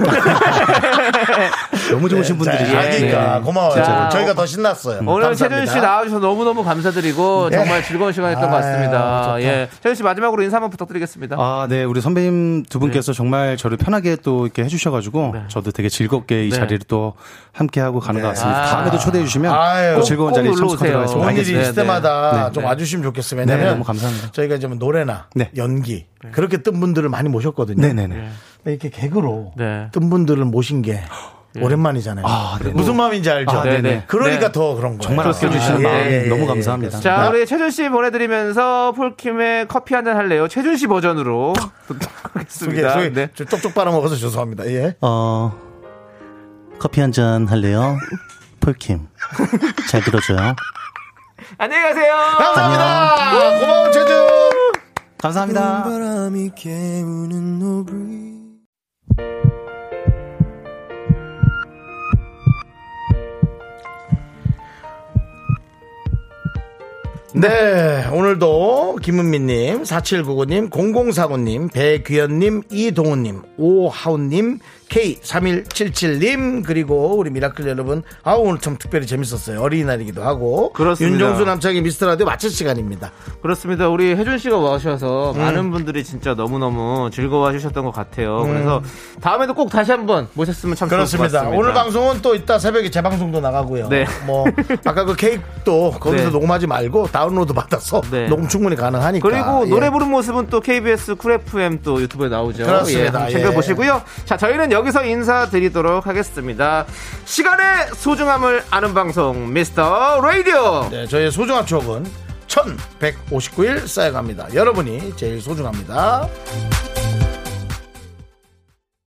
E: 너무
B: 좋으신 분들이죠.
A: 아니까
B: 네.
A: 네. 고마워요.
B: 자,
A: 저희가 더 신났어요.
B: 오늘
A: 네. 감사합니다.
B: 최준 씨 나와주셔서 너무너무 감사드리고
A: 네.
B: 정말 즐거운 시간이었던 것
E: 아유,
B: 같습니다.
E: 좋다.
B: 예. 최준 씨 마지막으로 인사 한번 부탁드리겠습니다.
G: 아, 네. 우리 선배님 두 분께서 정말 저를 편하게 또 이렇게 해주셔가지고
A: 네.
G: 저도 되게 즐겁게 이
B: 네.
G: 자리를 또 함께하고 가는 것 같습니다.
A: 아.
G: 다음에도 초대해 주시면 또 즐거운 자리에 참석하도록 하겠습니다.
A: 좋은 일이 있을 때마다
G: 네.
A: 좀 와주시면 좋겠어요.
G: 네,
A: 왜냐면
G: 너무 감사합니다. 네.
A: 저희가 지금 노래나 연기
B: 네.
A: 그렇게 뜬 분들을 많이 모셨거든요.
G: 네네네. 네.
A: 근데 이렇게 개그로
B: 네.
A: 뜬 분들을 모신 게 오랜만이잖아요.
G: 네.
A: 무슨 마음인지 알죠?
G: 아, 네네.
A: 그러니까
G: 네.
A: 더 그런 거예요. 예,
G: 정말 아껴주시는 마음 너무 감사합니다. 네.
B: 자,
A: 네.
B: 우리 최준 씨 보내드리면서 폴킴의 커피 한잔 할래요. 최준 씨 버전으로 듣도록 하겠습니다.
A: 소개, 소개.
B: 네.
A: 좀 쪽쪽 빨아먹어서 죄송합니다. 예.
E: 어, 커피 한 잔 할래요? 폴킴. 잘 들어줘요.
B: 안녕히 가세요.
G: 아!
A: 감사합니다. 고마운 최준.
E: 감사합니다.
J: 바람이 깨우는 노브리.
A: 네, 오늘도 김은미님, 4799님, 0049님, 배귀현님, 이동훈님, 오하운님, K3177님, 그리고 우리 미라클 여러분, 아 오늘 참 특별히 재밌었어요. 어린이날이기도 하고.
B: 그렇습니다.
A: 윤정수 남창의 미스터라디오 마칠 시간입니다.
B: 그렇습니다. 우리 혜준 씨가 와주셔서
A: 음.
B: 많은 분들이 진짜 너무너무 즐거워해 주셨던 것 같아요.
A: 음.
B: 그래서 다음에도 꼭 다시 한번 모셨으면 참 좋을 것
A: 그렇습니다.
B: 같습니다.
A: 오늘 방송은 또 이따 새벽에 재방송도 나가고요.
B: 네.
A: 뭐 아까 그 케이크도 거기서
B: 네.
A: 녹음하지 말고 다운로드 받아서 녹음 충분히 가능하니까.
B: 그리고
A: 예.
B: 노래 부른 모습은 또 KBS 쿨 FM 또 유튜브에 나오죠.
A: 그렇습니다.
B: 예, 한번
A: 예.
B: 챙겨보시고요. 자, 저희는 여기서 인사드리도록 하겠습니다. 시간의 소중함을 아는 방송, 미스터 라디오!
A: 네, 저희의 소중한 추억은 1159일 쌓여갑니다. 여러분이 제일 소중합니다.